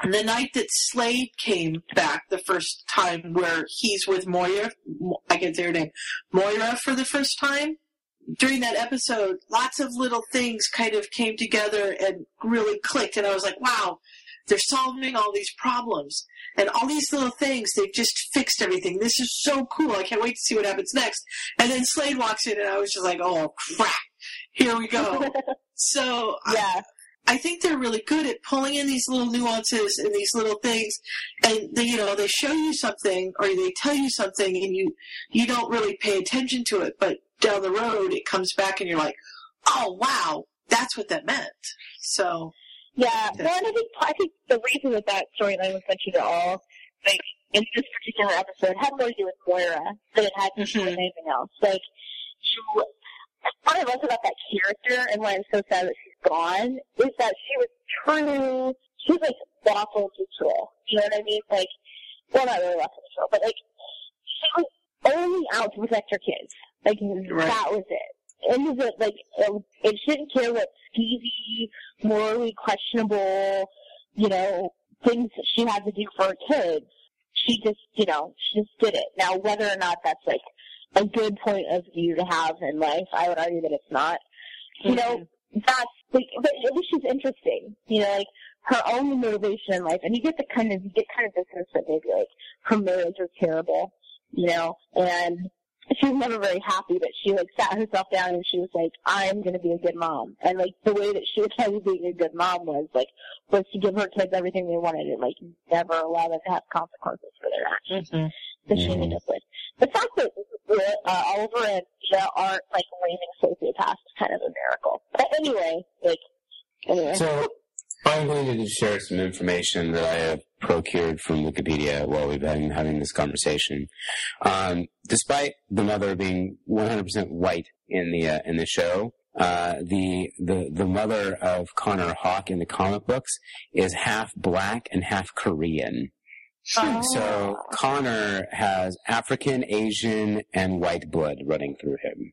C: the night that Slade came back the first time, where he's with Moira, Mo- I can't say her name, Moira for the first time. During that episode, lots of little things kind of came together and really clicked, and I was like, wow, they're solving all these problems. And all these little things, they've just fixed everything. This is so cool. I can't wait to see what happens next. And then Slade walks in, and I was just like, oh, crap here we go. so yeah. I, I think they're really good at pulling in these little nuances and these little things, and they, you know they show you something or they tell you something, and you you don't really pay attention to it, but down the road it comes back, and you're like, oh wow, that's what that meant. So
M: Yeah, well, and I think I think the reason that that storyline was mentioned at all, like in this particular episode, had more to do with Moira than it had to do with anything else. Like, she, what I loved about that character, and why I'm so sad that she's gone, is that she was true. She was like lawful neutral. You know what I mean? Like, well, not really lawful neutral, but like she was only out to protect her kids. Like that was it. And was it like it, it shouldn't care what skeezy, morally questionable, you know, things that she had to do for her kids. She just, you know, she just did it. Now, whether or not that's like a good point of view to have in life, I would argue that it's not. You know, that's like, but at least she's interesting. You know, like her only motivation in life, and you get the kind of you get kind of the sense that maybe like her marriage was terrible you know, and she was never very happy, but she like sat herself down and she was like, I'm gonna be a good mom. And like the way that she was kind of being a good mom was like, was to give her kids everything they wanted and like never allow them to have consequences for their actions
C: Mm-hmm.
M: that she ended up with. The fact that uh, Oliver and Gia aren't like raving sociopaths is kind of a miracle. But anyway, like, anyway.
D: So I'm going to share some information that I have procured from Wikipedia while we've been having this conversation. Um, despite the mother being 100% white in the uh, in the show, uh, the the the mother of Connor Hawk in the comic books is half black and half Korean. So Connor has African, Asian, and white blood running through him.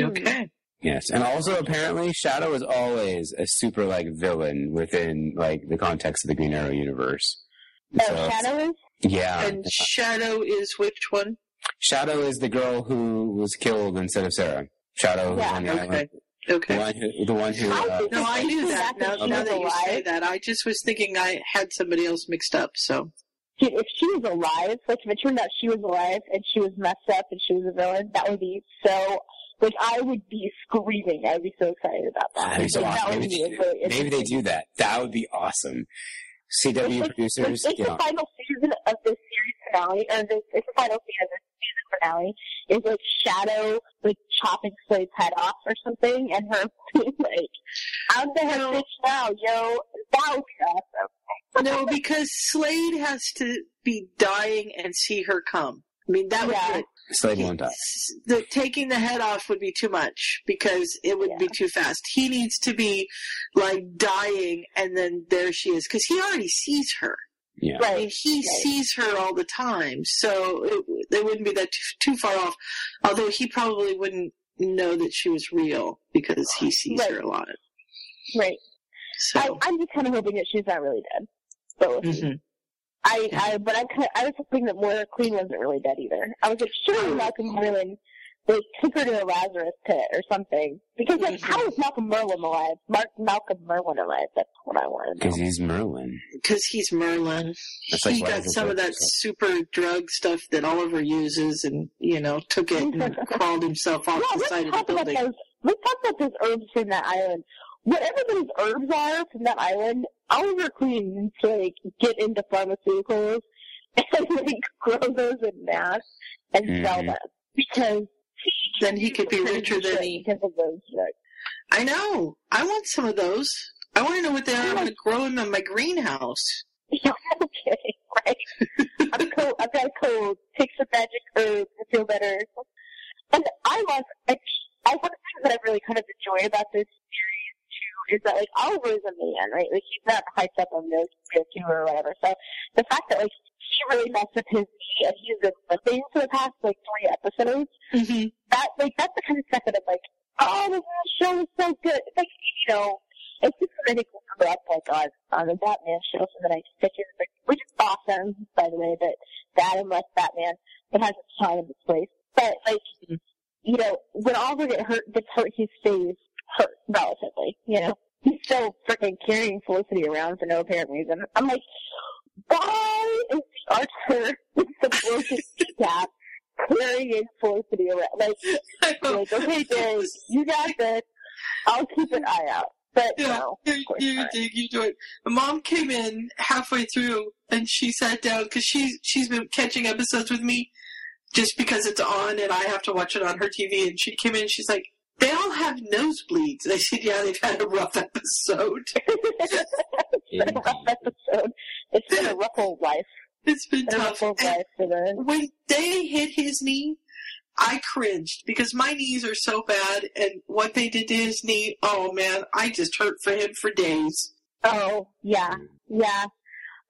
C: okay,
D: Yes, and also apparently Shadow is always a super like villain within like the context of the Green Arrow universe.
M: Oh,
D: So- Yeah,
C: and Shadow is which one?
D: Shadow is the girl who was killed instead of Sarah.
C: Yeah.
D: Shadow, was on the
C: Okay.
D: island.
C: Okay.
D: The one who, the one who uh,
C: No, I knew that. Now,
D: Okay.
C: now that you say that, I just was thinking I had somebody else mixed up. So
M: Dude, if she was alive, like if it turned out she was alive and she was messed up and she was a villain, that would be so. Like I would be screaming. I'd be so excited about that.
D: that'd be so
M: Like, that
D: awesome.
M: would
D: Maybe,
M: be
D: they-
M: really
D: maybe they do that. That would be awesome. CW
M: Like,
D: producers,
M: it's
D: you know,
M: the final season of this series finale, or this it's the final scene of this season finale. Is like Shadow like chopping Slade's head off or something, and her being like, "I'm the head bitch now, yo." That would be awesome.
C: no, because Slade has to be dying and see her come. I mean, that would be
D: Slade won't die.
C: the taking the head off would be too much because it would be too fast. He needs to be like dying, and then there she is because he already sees her.
D: Yeah.
C: I mean, he sees her all the time, so it, they wouldn't be that too, too far off. Although he probably wouldn't know that she was real because he sees her a lot.
M: Right. I, I'm just kind of hoping that she's not really dead. But we'll
D: Mm-hmm.
M: see.
C: Mm-hmm.
M: I, I, but I'm kind of, I was hoping that Moira Queen wasn't really dead either. I was like, surely Malcolm
C: Mm-hmm.
M: Merlin, like, took her to a Lazarus pit or something. Because, like, how
C: Mm-hmm.
M: is Malcolm Merlin alive? Mark Malcolm Merlin alive? That's what I wanted.
D: because he's Merlin.
C: Because he's Merlin.
D: That's like
C: he
D: why
C: got
D: he's a
C: some of
D: drug
C: that super drug stuff that Oliver uses and, you know, took it and crawled himself off the side of the
M: Talk about
C: building.
M: those, let's talk about those herbs from that island. Whatever those herbs are from that island, Oliver Queen needs to, like, get into pharmaceuticals and, like, grow those in mass and sell
C: Mhm.
M: them. Because
C: Then he could be richer than he.
M: uh, Because of those drugs.
C: I know. I want some of those. I want to know what they are. I'm going to grow them in my greenhouse.
M: Yeah, okay, right. I'm cold. I've got a cold. Take some magic herbs and feel better. And I love, I, I one of the things that I've really kind of enjoyed about this series too is that like Oliver's a man, right? Like he's not hyped up on no too or whatever. So the fact that like he really messed up his knee and he's been limping for the past like three episodes,
C: Mm-hmm.
M: that like that's the kind of stuff that I'm like, oh, this show is so good. It's like you know, it's just something I think we'll come up like on on the Batman show, so that I stick in, like, which is awesome by the way. That that and less Batman, it has its time and its place. But like, you know, when Oliver get hurt, gets hurt, he stays hurt relatively. You know, he's still freaking carrying Felicity around for no apparent reason. I'm like, why is the Archer with the broken staff carrying Felicity around? Like, like okay, Dave, you got this. I'll keep an eye out. But
C: Yeah,
M: no,
C: you, you, dig, you do it. Mom came in halfway through and she sat down because she's she's been catching episodes with me just because it's on and I have to watch it on her TV. And she came in, and she's like, "They all have nosebleeds." I said, "Yeah, they've had a rough episode.
M: episode. It's been a rough old life.
C: It's been
M: a rough old life for the
C: when they hit his knee, I cringed because my knees are so bad, and what they did to his knee, oh man, I just hurt for him for days.
M: Oh yeah, yeah.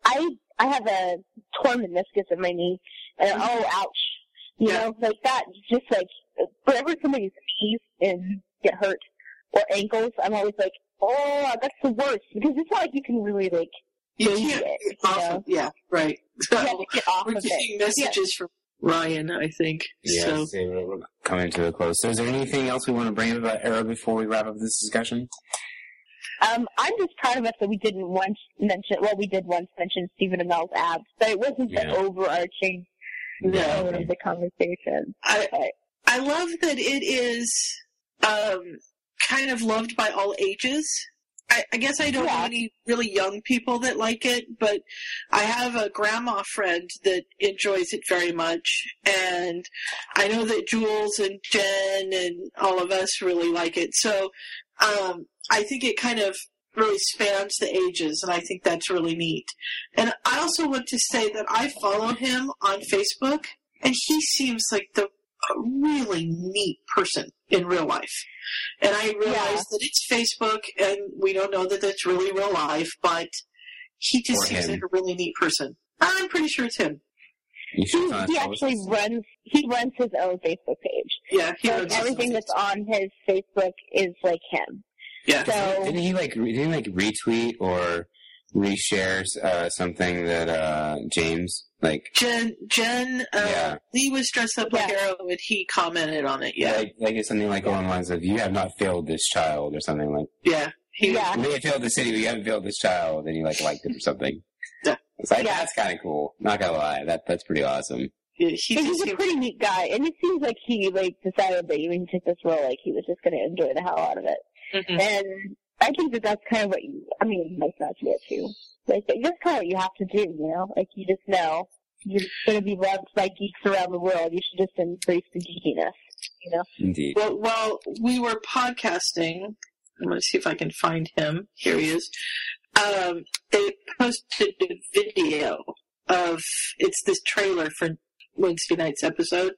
M: I I have a torn meniscus in my knee,
C: Mm-hmm.
M: and oh ouch, you know, like that. Just like whenever somebody's knees and get hurt or ankles, I'm always like, oh, that's the worst because it's not like you can really like
C: You
M: change
C: can't
M: it.
C: get off of- yeah, right. So
M: You have to get off
C: we're
M: of
C: getting
M: it.
C: messages from Ryan, I think.
D: Yes,
C: So
D: they were- were coming to a close. So, is there anything else we want to bring up about Arrow before we wrap up this discussion?
M: Um, I'm just proud of us that we didn't once mention. Well, we did once mention Stephen Amell's abs, but it wasn't
D: Yeah.
M: the overarching
C: No.
M: tone of the conversation.
C: I I love that it is um, kind of loved by all ages. I, I guess I don't know any really young people that like it, but I have a grandma friend that enjoys it very much, and I know that Jules and Jen and all of us really like it. So um, I think it kind of really spans the ages, and I think that's really neat. And I also want to say that I follow him on Facebook, and he seems like the a really neat person in real life. And I realize that it's Facebook, and we don't know that that's really real life, but he just
D: Or
C: seems
D: him.
C: like a really neat person. I'm pretty sure it's him.
D: You should
M: He, he actually runs. He runs his own Facebook page.
C: Yeah, he
M: So
C: runs his
M: everything that's on his Facebook is like him.
C: Yeah.
M: So
D: Didn't he like? re- Didn't he like retweet or reshare uh, something that uh, James like?
C: Jen, Jen, uh,
D: Yeah.
C: Lee was dressed up like Arrow, and he commented on it. Yeah,
D: Like, like it's something like along the lines of "You have not failed this child" or something like.
C: yeah, he,
D: You may have failed the city, but you haven't failed this child, and you like liked it or something.
C: Yeah.
D: It's like
M: Yeah.
D: that's kind of cool. Not gonna lie, that that's pretty awesome.
C: he he
M: he's
C: just
M: a
C: seemed,
M: pretty neat guy, and it seems like he like decided that when he took this role, like he was just going to enjoy the hell out of it.
C: Mhm.
M: And I think that that's kind of what you. I mean, like that's it too. Like but that's kind of what you have to do, you know. Like you just know you're going to be loved by geeks around the world. You should just embrace the geekiness, you know.
D: Indeed.
C: Well, while we were podcasting, I'm going to see if I can find him. Here he is. Um, they posted a video of it's this trailer for Wednesday night's episode.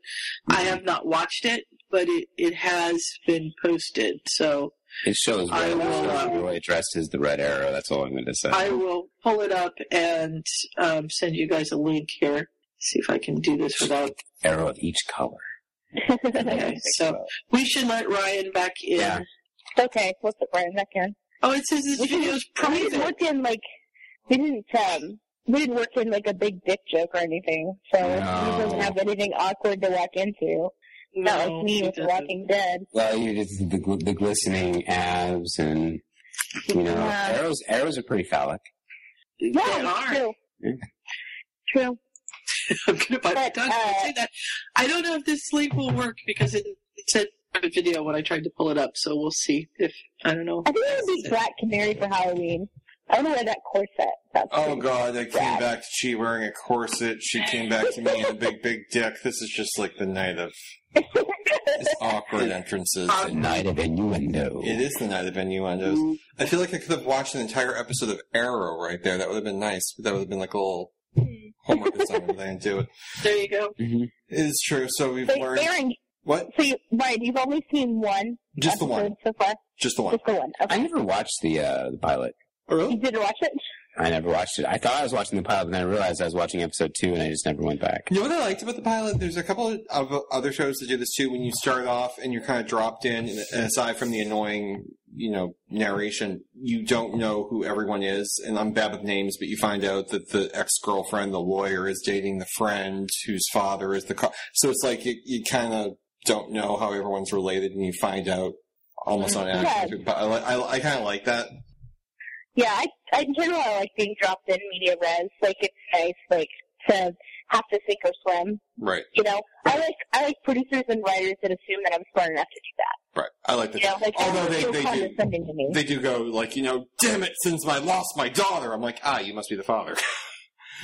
C: I
M: Mm-hmm.
C: have not watched it, but it, it has been posted. So
D: It shows
C: I
D: Roy, it
C: will,
D: shows
C: uh,
D: Roy dressed as the Red Arrow. That's all I'm going to say.
C: I
M: Uh-huh.
C: will pull it up and um, send you guys a link here. See if I can do this without.
D: Arrow of each color.
C: Okay, so we should let Ryan back in.
D: Yeah.
M: okay, we'll put Brian back in.
C: Oh, it says this
M: We
C: video
M: didn't,
C: is
M: we didn't
C: private.
M: work in like we didn't um we didn't work in like a big dick joke or anything, so
D: No.
M: we didn't have anything awkward to walk into. Not like me
C: he
M: with The
C: doesn't.
M: Walking Dead.
D: Well, you just the, gl- the glistening abs and you know
M: Yeah.
D: arrows. Arrows are pretty phallic.
C: They
M: Yeah,
C: are.
M: true.
D: Yeah.
M: True.
C: I'm gonna buy Doug,
M: But,
C: don't
M: uh,
C: say that. I don't know if this link will work because it, it said private video when I tried to pull it up, so we'll see if I don't know.
M: I think it would be Black Canary for Halloween. I want to wear that corset. That's
A: Oh
M: pretty-
A: god, I came back to she wearing a corset. She came back to me in a big, big dick. This is just like the night of
N: Just awkward entrances.
A: Uh,
D: night of innuendo.
A: It is the night of innuendos. I feel like I could have watched an entire episode of Arrow right there. That would have been nice. But that would have been like a little homework assignment. They didn't do it.
C: There you go.
D: It
A: is true. So we've
M: So,
A: learned
M: Aaron,
A: what?
M: so you, right, you've only seen one.
D: Just the one.
M: episode So far.
A: just the one.
M: Just the one. Okay.
D: I never watched the uh, the pilot.
M: You did watch it?
D: I never watched it. I thought I was watching the pilot, but then I realized I was watching episode two, and I just never went back.
A: You know what I liked about the pilot? There's a couple of other shows that do this too. When you start off and you're kind of dropped in, and aside from the annoying, you know, narration, you don't know who everyone is. And I'm bad with names, but you find out that the ex-girlfriend, the lawyer, is dating the friend whose father is the car. So it's like you, you kind of don't know how everyone's related, and you find out almost on accident.
M: Yes.
A: But I, li- I, I kind of like that.
M: Yeah, I, I in general I like being dropped in media res. Like it's nice, like to have to sink or swim.
A: Right,
M: You know, I like I like producers and writers that assume that I'm smart enough to do that.
A: right. I like that.
M: You know, like
A: Although they,
M: feel
A: they do.
M: condescending to me.
A: They do go like, you know, damn it, since I lost my daughter. I'm like, ah, you must be the father.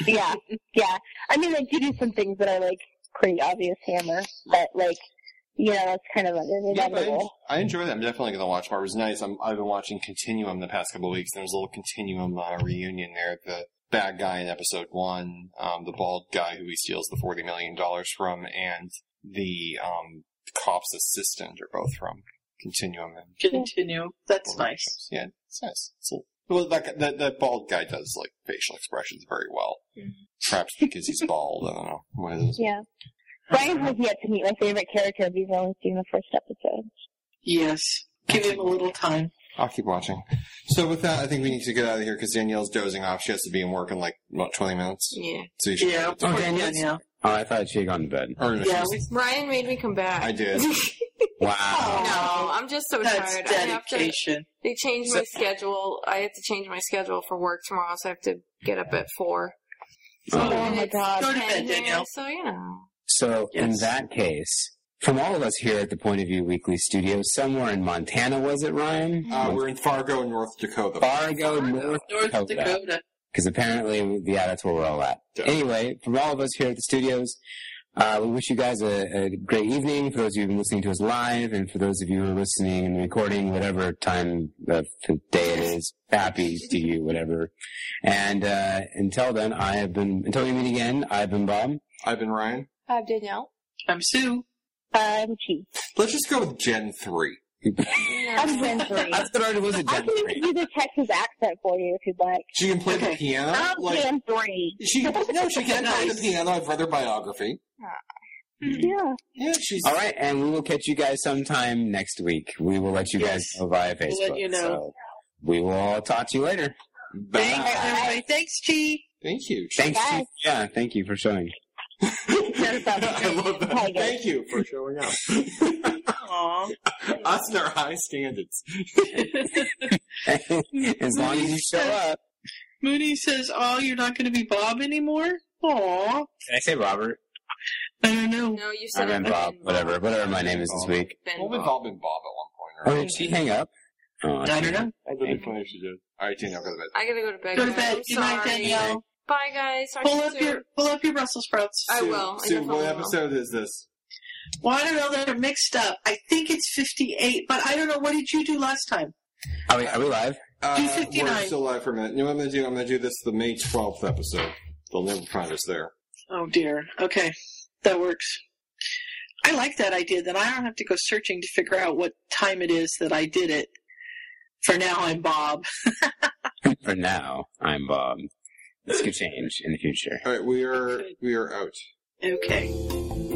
M: yeah, yeah. I mean, they do do some things that are like pretty obvious hammer, but like you know, that's kind of
A: Yeah, but
M: inevitable.
A: I, I enjoy that. I'm definitely going to watch more. It was nice. I'm, I've been watching Continuum the past couple of weeks. There was a little Continuum uh, reunion there. The bad guy in episode one, um, the bald guy who he steals the $40 million from, and the um, cop's assistant are both from Continuum. And
C: Continue. That's nice.
A: Yeah, it's nice. It's a, well, that, guy- that, that bald guy does like facial expressions very well.
C: Mm-hmm.
A: Perhaps because he's bald. I don't know. What is it?
M: Yeah. Brian has yet to meet my favorite character. We've only seen the first episode.
C: Yes. Give him a little time.
A: I'll keep watching. So with that, I think we need to get out of here because Danielle's dozing off. She has to be in work in like what twenty minutes.
B: Yeah.
A: So you should.
C: Yeah.
D: Oh, Danielle's- Oh, I thought she had gone to bed.
A: Or
B: Yeah, Ryan made me come back.
A: I did.
D: Wow.
B: No, I'm just so
C: That's
B: tired. I have to.
C: dedication.
B: They changed my schedule. I have to change my schedule for work tomorrow, so I have to get up at four.
D: Oh.
B: And
M: my
B: it's
M: God.
C: Go to
B: 10
C: bed,
B: here,
C: Danielle.
B: So you know.
D: So in that case, from all of us here at the Point of View Weekly Studio, somewhere in Montana was it, Ryan?
A: Uh, we're in Fargo, North Dakota.
D: Fargo, North,
C: North
D: Dakota.
C: Dakota.
D: Because apparently, yeah, that's where we're all at. Anyway, from all of us here at the studios, uh, we wish you guys a, a great evening. For those of you who are listening to us live, and for those of you who are listening and recording, whatever time of the day it is, happy to you, whatever. And uh, until then, I have been. Until we meet again, I've been Bob.
A: I've been Ryan.
B: I have Danielle.
C: I'm Sue.
M: Um, gee.
A: Let's just go with Gen three.
M: I'm Winfrey.
D: I thought it was a
M: I
D: Gen
M: can even do the Texas accent for you if you'd like. Um,
A: She can play the
C: Okay.
A: piano.
M: I'm
A: like
M: Dan Three.
A: she no, she can play the piano. I've read her biography.
M: Yeah.
A: Yeah, she's
D: All right, and we will catch you guys sometime next week. We will let you guys know via Facebook.
C: We'll let you know.
D: So we will all talk to you later.
A: back.
C: Thanks, everybody. Thanks, G.
A: Thank you.
D: Thanks.
M: Bye.
D: Chief. Yeah, thank you for showing.
A: I love that.
M: Bye, guys.
A: Thank you for showing up.
C: Aw.
A: Us and our high standards.
D: as long as you show up.
C: Mooney says, "Oh, you're not going to be Bob anymore." Aw.
D: Did I say Robert?
C: I don't know.
B: No, you
D: I
B: said
D: meant
B: I've
D: Bob.
B: been
D: Whatever, whatever my name is this week.
B: Been
A: Well, we've
B: Bob.
A: all been Bob at
D: Oh,
A: one point, right?
D: did she hang up? Oh,
C: I don't know.
A: That'd be funny if she did. All right, Danielle, go to bed.
B: I gotta go to bed.
C: Go to
B: guys.
C: bed.
B: I'm
C: Good night,
B: sorry.
C: Danielle.
B: Bye, guys. Talk to
C: Pull
B: you
C: up
B: soon.
C: your pull up your Brussels sprouts.
B: I
A: Sue-
B: will. I
A: Sue, what
B: definitely will.
A: episode is this?
C: Well, I don't know. They're mixed up. I think it's 58, but I don't know. What did you do last time?
D: Are we, are we live?
A: Uh,
C: 259.
A: we're still live for a minute. You know what I'm going to do? I'm going to do this the May 12th episode. They'll never find us there.
C: Oh dear. Okay, that works. I like that idea. Then I don't have to go searching to figure out what time it is that I did it. For now, I'm Bob.
D: For now, I'm Bob. This could change in the future.
A: All right, we are we are out.
C: Okay.